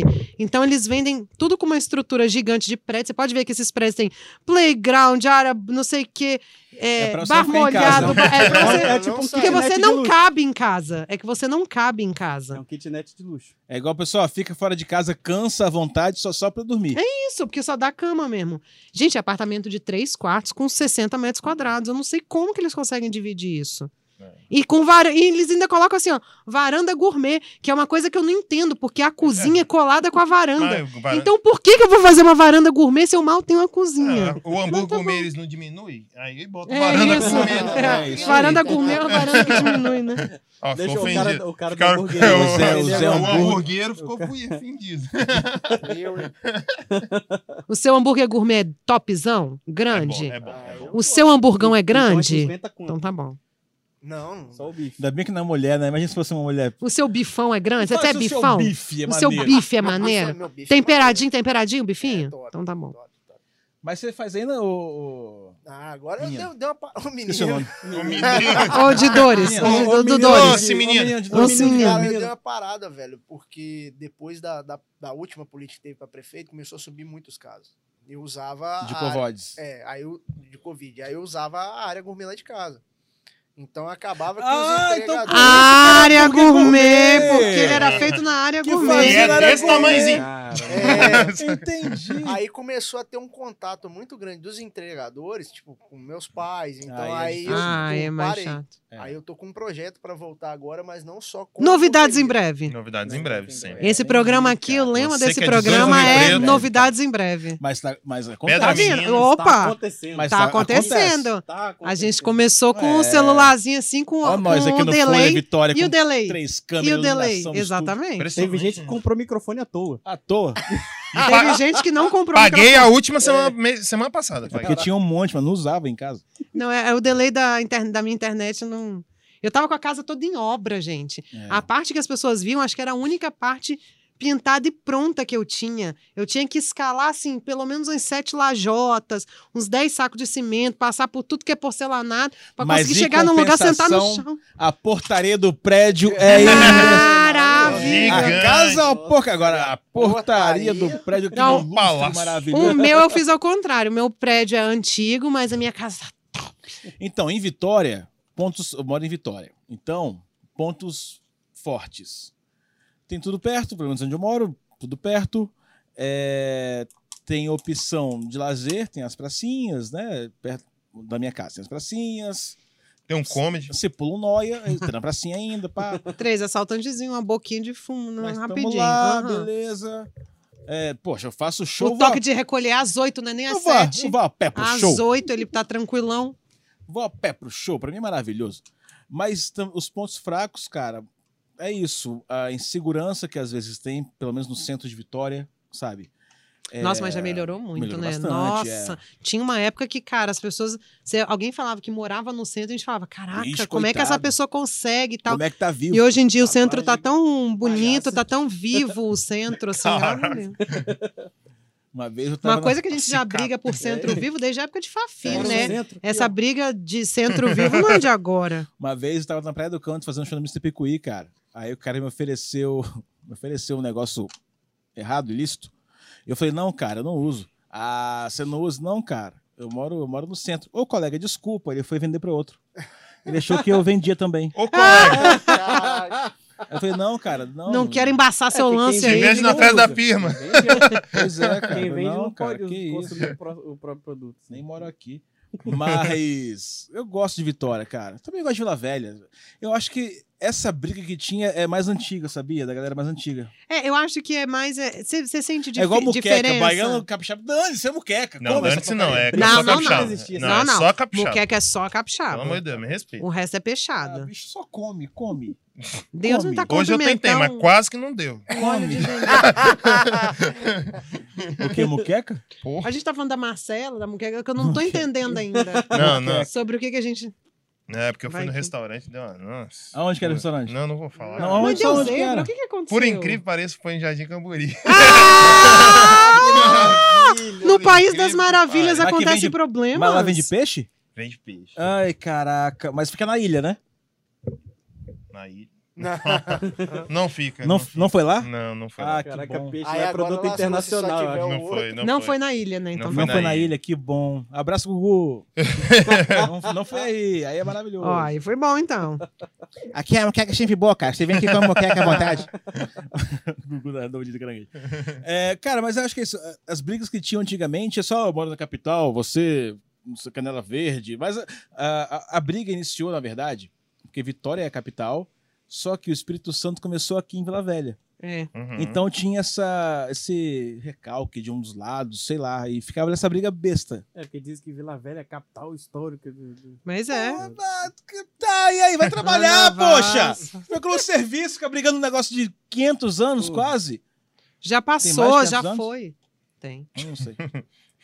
exatamente. Então eles vendem tudo com uma estrutura gigante de prédio. Você pode ver que esses prédios têm playground, área, não sei o quê, é,
É pra você
bar
não ficar em casa.
molhado. ba- É pra você...
É,
Não
tipo um
sai.
Porque
kitnet
você
de
não
luxo.
cabe em casa. É que você não cabe em
É
casa.
um kitnet de luxo.
É igual, pessoal, fica fora de casa, cansa à vontade, só só pra dormir.
Isso, porque só dá cama mesmo. Gente, é apartamento de três quartos com 60 metros quadrados. Eu não sei como que eles conseguem dividir isso.
É.
E com varanda. E eles ainda colocam assim, ó, varanda gourmet, que é uma coisa que eu não entendo, porque a cozinha é colada com a varanda.
Mas, varanda-
Então por que, que eu vou fazer uma varanda gourmet se eu mal tenho uma cozinha?
Ah, o
Então tá
hambúrguer
bom.
gourmet eles não diminui? Aí bota
É
varanda
isso.
gourmet. né?
É
É,
isso aí.
varanda gourmet é uma varanda que diminui, né?
Ó, ficou
Deixa o
ofendido.
cara, o cara do
Tá Ficaram-
hamburgueria.
o Zé-
ele
o
é
Zé
O
um-
Hambúrguer.
hambúrguer ficou ofendido.
Meu, né? hein?
O seu hambúrguer gourmet é topzão? Grande?
É bom, é bom. É bom.
O seu hamburgão é
Então,
grande?
50 conto,
Então tá bom.
Não.
Só o bife.
Ainda bem que não é mulher, né? Imagina se fosse uma mulher.
O seu bifão é grande? Você
Faça
até
Então, o seu
bifão?
bife, é
o seu
maneiro.
bife é
Nossa,
maneiro?
meu bicho,
Temperadinho, temperadinho, o bifinho?
É, top,
então tá bom.
top, top.
Mas você faz ainda o.
Ah, agora eu
Menino.
deu, deu uma... pa- <laughs> O
Esqueci o
menino.
nome.
um
O
<laughs>
menino- é
Ou de Dores,
Menino.
ou de- do,
Ô,
do
menino.
Dores.
Ô, menino.
de
Ô,
dois meninos.
Cara, eu dei
Menino.
uma parada, velho, porque depois da, da, da última política que teve pra prefeito, começou a subir muitos casos. Eu usava.
de
a área-
Covodes.
É, aí eu, de Covid. Aí eu usava a área gourmet lá de casa. Então acabava que
Ah,
os
então
entregadores.
por isso que era
área
porque
gourmet,
gourmet.
porque ele era feito na área
Que
E
gourmet.
fazia-
é
Era
desse
gourmet.
tamanhozinho.
É,
Entendi.
tá
assim?
aí começou a ter um contato muito grande dos entregadores, tipo, com meus pais. Então
Aí é
aí, eu
Ah,
tipo,
é mais
parei.
chato.
É.
Aí eu tô com um projeto pra voltar agora, mas não só com.
Novidades em
conteúdo.
breve.
Novidades em breve, sempre.
Esse
Entendi,
programa aqui, o
cara.
lema
Você que
desse
é de
programa
Rio
é
Preto.
novidades em breve.
Mas, tá, mas acontece.
Pedra
Tá vendo?
Minas.
Tá
Opa!
acontecendo.
Mas
Tá
tá-
acontecendo.
Tá
A gente
acontecendo.
começou com o
É.
celularzinho assim, com,
Ó, nós
com
aqui
o
no Folha
delay.
Vitória
E o
com
delay?
três
E
câmeras.
o delay?
iluminação no estúdio.
Exatamente.
Teve gente que
Ah,
comprou microfone à toa.
À toa.
E
Teve
pa-
gente que não
<laughs>
comprou
Paguei a última
É.
semana, me- semana passada.
Porque
paguei.
tinha um monte, mas não usava em casa.
Não, é, é o delay da, interne- da minha internet. eu Não... Eu tava com a casa toda em obra, gente.
É.
A parte que as pessoas viam, acho que era a única parte pintada e pronta que eu tinha. Eu tinha que escalar, assim, pelo menos umas sete lajotas, uns dez sacos de cimento, passar por tudo que é porcelanato, pra
Mas
conseguir
em
chegar num lugar, sentar no
compensação,
chão.
A portaria do prédio
<laughs>
é
Gigante.
A casa ao porca. Agora, a portaria do prédio que
Não.
um
Palácio.
O
maravilhoso.
meu eu fiz ao contrário. O meu prédio é antigo, mas a minha casa
Então, em Vitória, pontos. Eu moro em Vitória. Então, pontos fortes. Tem tudo perto, pelo menos onde eu moro, tudo perto. É, tem opção de lazer, tem as pracinhas, né? Perto da minha casa tem as pracinhas.
Tem um comedy.
Você pula um noia, entra na pracinha ainda,
<laughs>
pá.
tá Três assaltantezinhos, uma boquinha de fumo, né?
Nós tamo
rapidinho.
lá,
Aham.
beleza. É, poxa, eu faço show.
o toque de recolher às oito, não é nem
eu
às
vou,
sete.
eu vou a pé pro
Às
show.
oito ele tá tranquilão.
Vou a pé pro show, pra mim é maravilhoso. Mas tam- os pontos fracos, cara, é isso. A insegurança que às vezes tem, pelo menos no centro de Vitória, sabe? É,
Nossa, mas já melhorou muito,
melhorou
né?
bastante, é.
Nossa, tinha uma época que, cara, as pessoas. se alguém falava que morava no centro, a gente falava, caraca,
Ixi,
como é que essa
coitado.
pessoa consegue e tal.
Como é que tá vivo?
E hoje em dia o centro tá
Rapaz,
tão bonito,
palhaço.
tá tão vivo o centro, assim.
Caraca.
olha.
Uma vez eu tava. na- né?
Uma
É,
coisa que a gente já
Cacá.
briga por centro vivo desde a época de Fafi,
Era no
né?
centro.
Essa briga de centro vivo não é de agora.
Uma vez eu tava na Praia do Canto fazendo show no Mr. Picuí, cara. Aí o cara me ofereceu, <laughs> me ofereceu um negócio errado, ilícito. Eu falei, não, cara, eu não uso. Ah, você não usa? Não, cara. Eu moro, eu moro no centro. Ô, colega, desculpa. Ele foi vender para outro. Ele achou que eu vendia também.
Ô, colega,
Caraca,
Eu falei, não, cara, não.
Não, quero embaçar seu
É, porque
lance
quem
aí.
aí.
vende
Inveja na
não
festa da
usa.
firma.
Quem <laughs> vende-
Pois é, cara.
Quem vende
não,
não
cara, que
pode
isso.
consumir o pró- o próprio produto.
Nem moro aqui. Mas eu gosto de Vitória, cara. Também gosto de Vila Velha. Eu acho que essa briga que tinha é mais antiga, sabia? Da galera mais antiga.
É, eu acho que é mais. Você sente dif
é igual muqueca,
diferença.
baiano, capixaba. Dane-se, é muqueca.
Não,
Come essa
antes não,
porcaria.
é
Não,
só
não, não.
capixaba.
Existia.
Não, é
Não, não.
só capixaba.
Muqueca é só
Pelo
capixaba.
amor de Deus, me respeita.
O resto é
Ah,
pechada.
bicho, só come, come.
Deus não
come.
tá com
Hoje eu tentei, mas quase que não deu.
Come. <laughs> o que, muqueca?
Porra.
A gente tá falando da Marcela, da muqueca, que eu não tô entendendo
<laughs>
ainda.
Não, não.
Sobre o que, que a gente.
É, porque eu fui
Vai
no
que-
restaurante e deu uma. Nossa.
Aonde que era o restaurante?
Não, não vou falar.
Não,
Mas
Onde
deu
são os que
zebra,
era?
o que, que aconteceu?
Por incrível que pareça, foi em Jardim
<laughs>
Camburi.
No
Por
Ah! País
incrível
das
que
Maravilhas
Mas que
acontecem
vende-
problemas.
Mas lá vende peixe?
pareça. Vende peixe.
Ai, caraca. Mas fica na ilha, né?
Na ilha.
<laughs> Não.
Não fica.
Não, não foi lá?
Não, não foi.
Ah,
lá.
que é
Caraca,
bom.
peixe
Aí
não é
agora
produto
lascou se só
internacional. eu
tiver
acho.
Não foi, não,
Não
foi.
foi na ilha, né? Então.
Não
na
foi na
ilha.
ilha, que bom. Abraço, Gugu. <laughs> não, não foi aí, aí é maravilhoso.
Ó, aí foi bom então.
Aqui é a moqueca sempre boa, cara. Você vem aqui com a moqueca à vontade. <laughs> Gugu da Dom de Caranguejo. É, cara, mas eu acho que é isso. As brigas que tinham antigamente é só eu moro na capital, você, não sei, Canela Verde. Mas a, a- a briga iniciou, na verdade, porque Vitória é a capital, só que o Espírito Santo começou aqui em Vila Velha.
É.
Uhum.
Então tinha essa, esse recalque de um dos lados, sei lá, e ficava nessa briga besta.
É porque diz que Vila Velha é a capital histórica. do- do-
Mas é.
Ah, mas que- Tá, e aí? Vai trabalhar,
Ah,
poxa!
vaza.
Procurou serviço, fica brigando um negócio de 500 anos,
Pô.
quase.
Já
Tem
passou,
mais de
já
500 anos?
foi. Tem.
Eu Não
<laughs>
sei.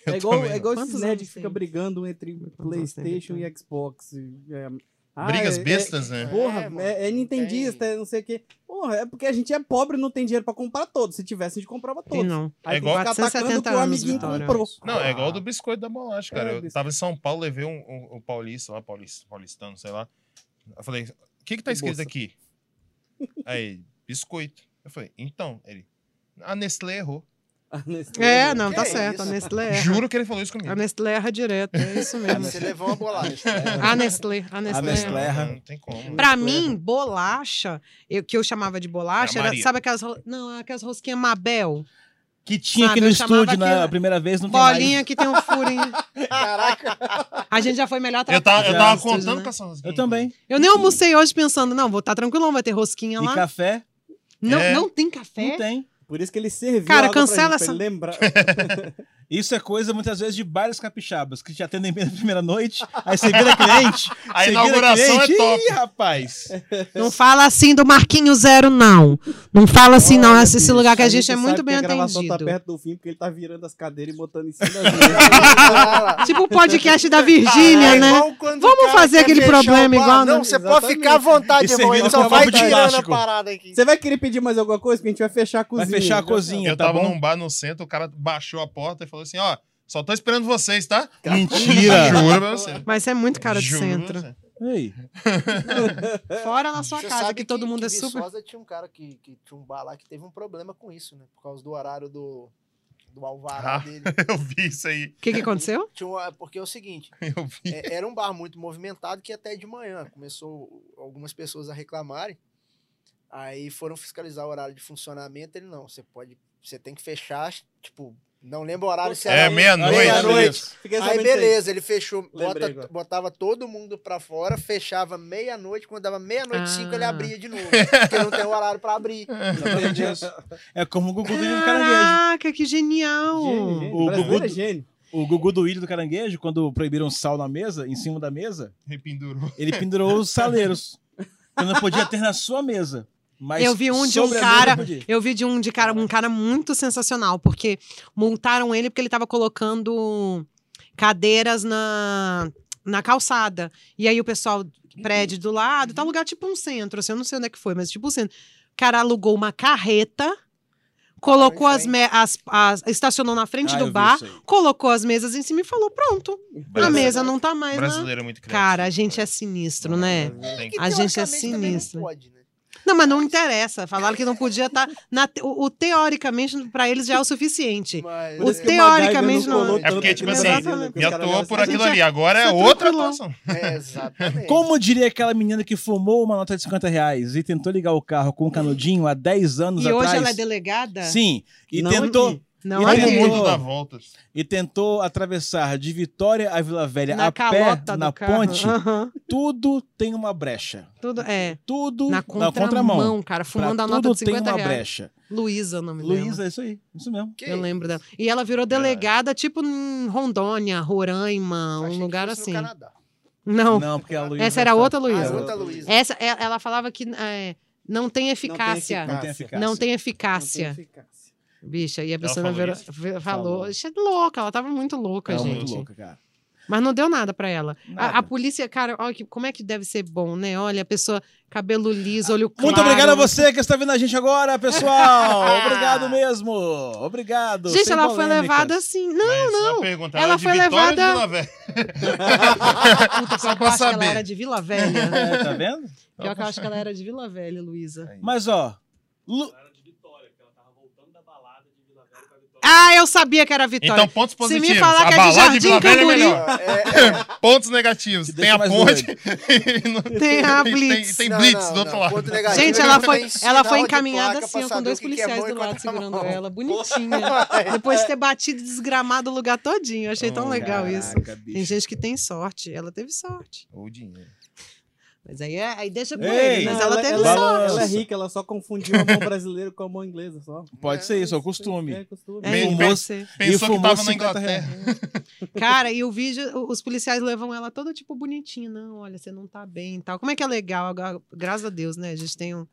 É
Eu
igual,
também
é
não.
igual
Quantos
esses
anos
nerds que
tem?
ficam brigando entre
Quantos anos tem, então?
PlayStation
Vitor?
e Xbox. e, é, ah,
Brigas
é- é-
bestas, né?
Porra,
É, mano,
é, é
não
nintendista, é não sei o quê. Porra, é porque a gente é pobre e não tem dinheiro pra comprar todos. Se tivesse, a gente comprava
Tem
todos.
não.
Aí
É
tem
igual-
que ficar atacando o que
470
o
anos,
amiguinho
Vitória.
<laughs> comprou.
Não, é igual
Ah.
do biscoito da bolacha, cara.
É,
eu
biscoito.
tava em São Paulo, levei um, um- um paulista lá, paulista, paulistano, sei lá. Eu falei, o que que tá escrito
Moça.
aqui? Aí, ele, biscoito. Eu falei, então, ele, a Nestlé errou.
A Nestlé.
É, não,
Que
tá
é
certo. A
isso?
Nestlé erra.
Juro que ele falou isso
A
comigo.
Nestlé erra direto, é isso mesmo.
Você levou
<laughs>
uma bolacha.
A Nestlé, a Nestlé.
Nestlé. Terra.
"Ah, Não tem como.
Pra mim, bolacha, eu- que eu chamava de bolacha,
É a
era,
Maria.
sabe aquelas, ro- não, aquelas rosquinhas Mabel?
Que tinha
Sabe,
aqui no
eu chamava
estúdio na
aquela-
primeira vez, não tem mais.
Bolinha que tem um furinho.
Caraca,
A gente já foi melhor
Eu tava, eu
Já,
tava
tratados,
contando
né?
com essa rosquinha.
Eu também.
Eu nem almocei hoje pensando, não, vou estar tranquilão, vai ter rosquinha
E
lá.
café?
Não,
É.
não tem
Não
café?
tem.
Por isso que ele serviu.
Cara,
água pra
cancela
gente, pra ele
<laughs>
lembrar.
Isso é coisa, muitas vezes, de bares capixabas, que te atendem bem na primeira noite, aí você vira
<laughs>
cliente.
A
você vira
inauguração é
cliente,
top.
Ih, rapaz.
Não fala assim do Marquinho Zero, não. Não fala assim, não.
Olha,
Esse
bicho,
lugar que a gente é
sabe
muito
que
bem
a gravação
atendido.
tá perto do fim, porque ele tá virando as cadeiras e botando em cima <laughs> das mesas.
cara.
Tipo o
<laughs>
podcast da Virgínia,
É
né?
igual quando o
Vamos
cara
fazer
quer
aquele
fechar
problema
o bar.
igual, né?
Não, você pode
Exatamente.
ficar à vontade,
E
irmão.
servindo
Ele só
com
vai
copo de
tirando a
plástico.
parada aqui.
Você vai querer pedir mais alguma coisa? Porque a gente vai fechar a cozinha.
Vai fechar a
Já-
cozinha,
Eu
tá
tava
bom?
num bar no centro, o cara baixou a porta e falou assim: ó, só tô esperando vocês, tá?
Mentira.
Juro pra você.
Mas é muito cara de
Juro pra
centro.
você.
Ei,
É.
Fora na sua
Você
casa,
sabe
que todo mundo
que
é super.
Viçosa tinha um cara que, que tinha um bar lá que teve um problema com isso, né? Por causa do horário do, do alvará
Ah.
dele.
Eu vi isso aí.
O que, que aconteceu?
Tinha uma- porque é o seguinte,
Eu vi.
é- era um bar muito movimentado que até de manhã começou algumas pessoas a reclamarem. Aí foram fiscalizar o horário de funcionamento. Ele não, você pode, você tem que fechar, tipo, não lembro o horário se
É
né?
era
meia-noite.
meia-noite.
Fiquei
Aí
sabendo isso
beleza, ele fechou,
Lembrei
bota-
agora.
botava todo mundo pra fora, fechava meia-noite, quando dava meia-noite e cinco ele
Ah.
abria de novo, porque não tem horário
<laughs>
pra abrir.
sabia disso. É como o Gugu do
um
Ilho do Caranguejo.
Caraca, Ah, que genial!
Gênio, gênio.
O
Brasileiro
Gugu-
é gênio.
O Gugu do Ilho do Caranguejo, quando proibiram sal na mesa, em cima da mesa,
Rependurou.
<laughs>
ele pendurou os saleiros. Que não podia ter na sua mesa. Mas
Eu vi um de um
sobre a
cara-
mesa podia.
Eu vi de um de cara, um cara muito sensacional, porque multaram ele porque ele tava colocando cadeiras na, na calçada. E aí o pessoal, prédio do lado, tá um lugar tipo um centro, assim, eu não sei onde é que foi, mas tipo um centro. O cara alugou uma carreta, colocou
Parou em
as, me- as, as- estacionou na frente
Ah, eu
do
vi
bar,
isso aí.
colocou as mesas em cima e falou: pronto, a
Brasileiro-
mesa não tá mais na.
Brasileiro é muito criativo.
Cara, a gente é sinistro, né?
Tem
Que
A gente é
teoricamente também
sinistro.
Não pode, né?
Não, mas não interessa. Falaram que não podia estar. o, o teoricamente, pra eles já é o suficiente.
Mas, é
Por
O
isso que
teoricamente
MacGyver não
não-
colou
É porque,
tanto
tipo
aqui no
assim,
Brasil, né? Porque
E
os caras
atuou
olhavam
por
assim,
aquilo
gente é-
ali. Agora é
você é
outra
tranquilão.
atuação.
é, exatamente.
Como diria aquela menina que fumou uma nota de 50 reais e tentou ligar o carro com um canudinho há 10 anos
E
atrás?
hoje ela é delegada?
Sim, e
Não
tentou,
aqui.
Não
E
Olha
Olha
o
aí.
mundo dá voltas.
e tentou atravessar de Vitória à Vila Velha
Na
a pé,
calota do
na
carro.
ponte,
Aham.
tudo tem uma brecha.
Tudo, é.
Tudo
Na contramão,
Pra
cara, fumando a
tudo
nota de
tem
50
uma
reais.
brecha.
Luísa, o nome dela.
Luísa, é isso aí, isso mesmo.
Que
Eu lembro
isso?
dela. E ela virou delegada, tipo em Rondônia, Roraima,
Achei
um
que
lugar
fosse no
assim.
Canadá.
Não,
porque a Luísa. tá-
essa era outra
Ah,
Luísa.
outra.
outra Luísa.
Essa, é- ela falava que é, não tem eficácia.
Ah, Não tem eficácia.
Não tem
Não tem
eficácia.
eficácia.
Bicha, e a
Ela
pessoa
falou
virou-
isso?
vi- falou,
Falou.
Isso é louca, ela tava muito louca,
Ela é
gente.
muito louca, cara.
Mas não deu nada pra ela. A- A,
Nada.
polícia, cara, olha que, como é que deve ser bom, né? Olha, a pessoa, cabelo liso, olho claro.
Muito obrigado a você que está vendo a gente agora,
<laughs>
pessoal. obrigado mesmo. Obrigado.
Gente,
Sem
ela foi
polêmicas.
levada assim. Não,
Mas
não.
uma pergunta,
Ela
é de
foi
Vitória ou de
levada-
Vila Velha?
Puta,
Só
pior que eu
pra
acho que ela
saber.
era de Vila Velha.
<laughs> É, tá vendo?
Pior que eu acho que ela era de Vila Velha, Luísa.
Mas, ó. Lu-
Ah, eu sabia que era a Vitória.
Então, pontos
Se me
positivos.
falar
a
que é de
balada de
Jardim
Vila Velha é
Camburi.
melhor.
É, é,
<laughs> Pontos negativos.
Te
Tem
deixa
a
mais
ponte <laughs> e não-
Tem a
e
Blitz.
Tem, tem
não,
Blitz
não,
do outro
não.
lado.
Ponto negativo,
Gente,
ele
ela
não
foi,
tem
ela
sinal
foi
de
encaminhada
placa
assim,
pra
ó, com
saber
dois
o que que é
policiais
bom e
do lado
o que é
segurando
<laughs> mal.
ela. Bonitinha. Depois de ter batido e desgramado o lugar todinho. Eu achei
Hum,
tão legal isso.
Caraca, bicho.
Tem gente que tem sorte. Ela teve sorte.
Ou dinheiro.
Mas aí, é- aí deixa pra
Ei,
ele. Mas
Não,
ela, teve
ela,
sorte.
ela é rica, ela só confundiu a mão brasileira com a mão inglesa. Só.
Pode ser isso, é o
É
costume.
costume.
É,
Bem-
pode
bem-
ser.
Pensou que
fumou
tava na
50 reais.
Inglaterra.
Cara, e o vídeo, o- os policiais levam ela toda tipo bonitinha. Não, olha, você não tá bem e tal. Como é que é legal? Agora, Graças a Deus, né? A gente tem um.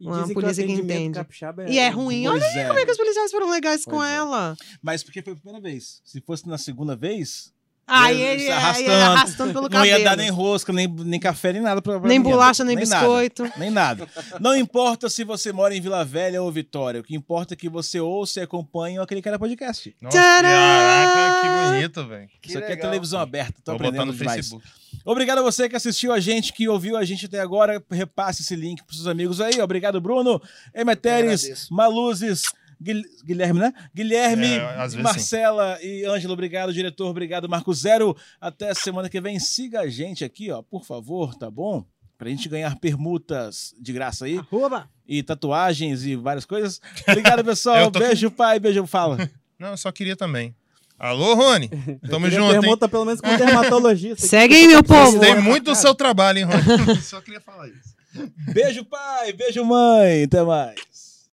E
Uma
dizem que o
polícia que
atendimento
entende.
capixaba
E é ruim. Olha
Pois é.
como é que os policiais foram legais com
Pois é.
ela.
Mas porque foi a primeira vez. Se fosse na segunda vez,
Aí
Ele
ele,
se
aí ele
arrastando.
arrastando pelo
não
cabelo.
ia dar nem rosca, nem, nem café, nem nada pra, pra
Nem
menina.
bolacha, nem,
nada.
biscoito.
Nem nada. Não importa se você mora em Vila Velha ou Vitória. O que importa é que você ouça e acompanhe aquele cara podcast.
Nossa,
Tcharam!
caraca, que bonito, velho.
Que
Isso aqui é
legal.
televisão aberta. Tô
Vou botar
aprendendo
no
demais.
Facebook.
Obrigado a você que assistiu a gente, que ouviu a gente até agora. Repasse esse link pros seus amigos aí. Obrigado, Bruno,
Eu que
Emeteres,
agradeço.
Maluzes, Guil- Guilherme, né? Guilherme,
É, às vezes
Marcela e Ângelo, obrigado, diretor, obrigado, Marco Zero. Até semana que vem. Siga a gente aqui, ó, por favor, tá bom? Pra gente ganhar permutas de graça aí,
Arroba.
e tatuagens e várias coisas.
<laughs>
Obrigado, pessoal.
Eu tô-
Beijo, pai. Beijo, fala.
<laughs> Não, eu só queria também. Alô, Rony. Tamo junto, hein?
Pergunta pelo menos com o dermatologista.
Segue aí, meu povo.
Gostei muito do seu trabalho, hein, Rony? só queria falar isso.
Beijo, pai. Beijo, mãe. Até mais.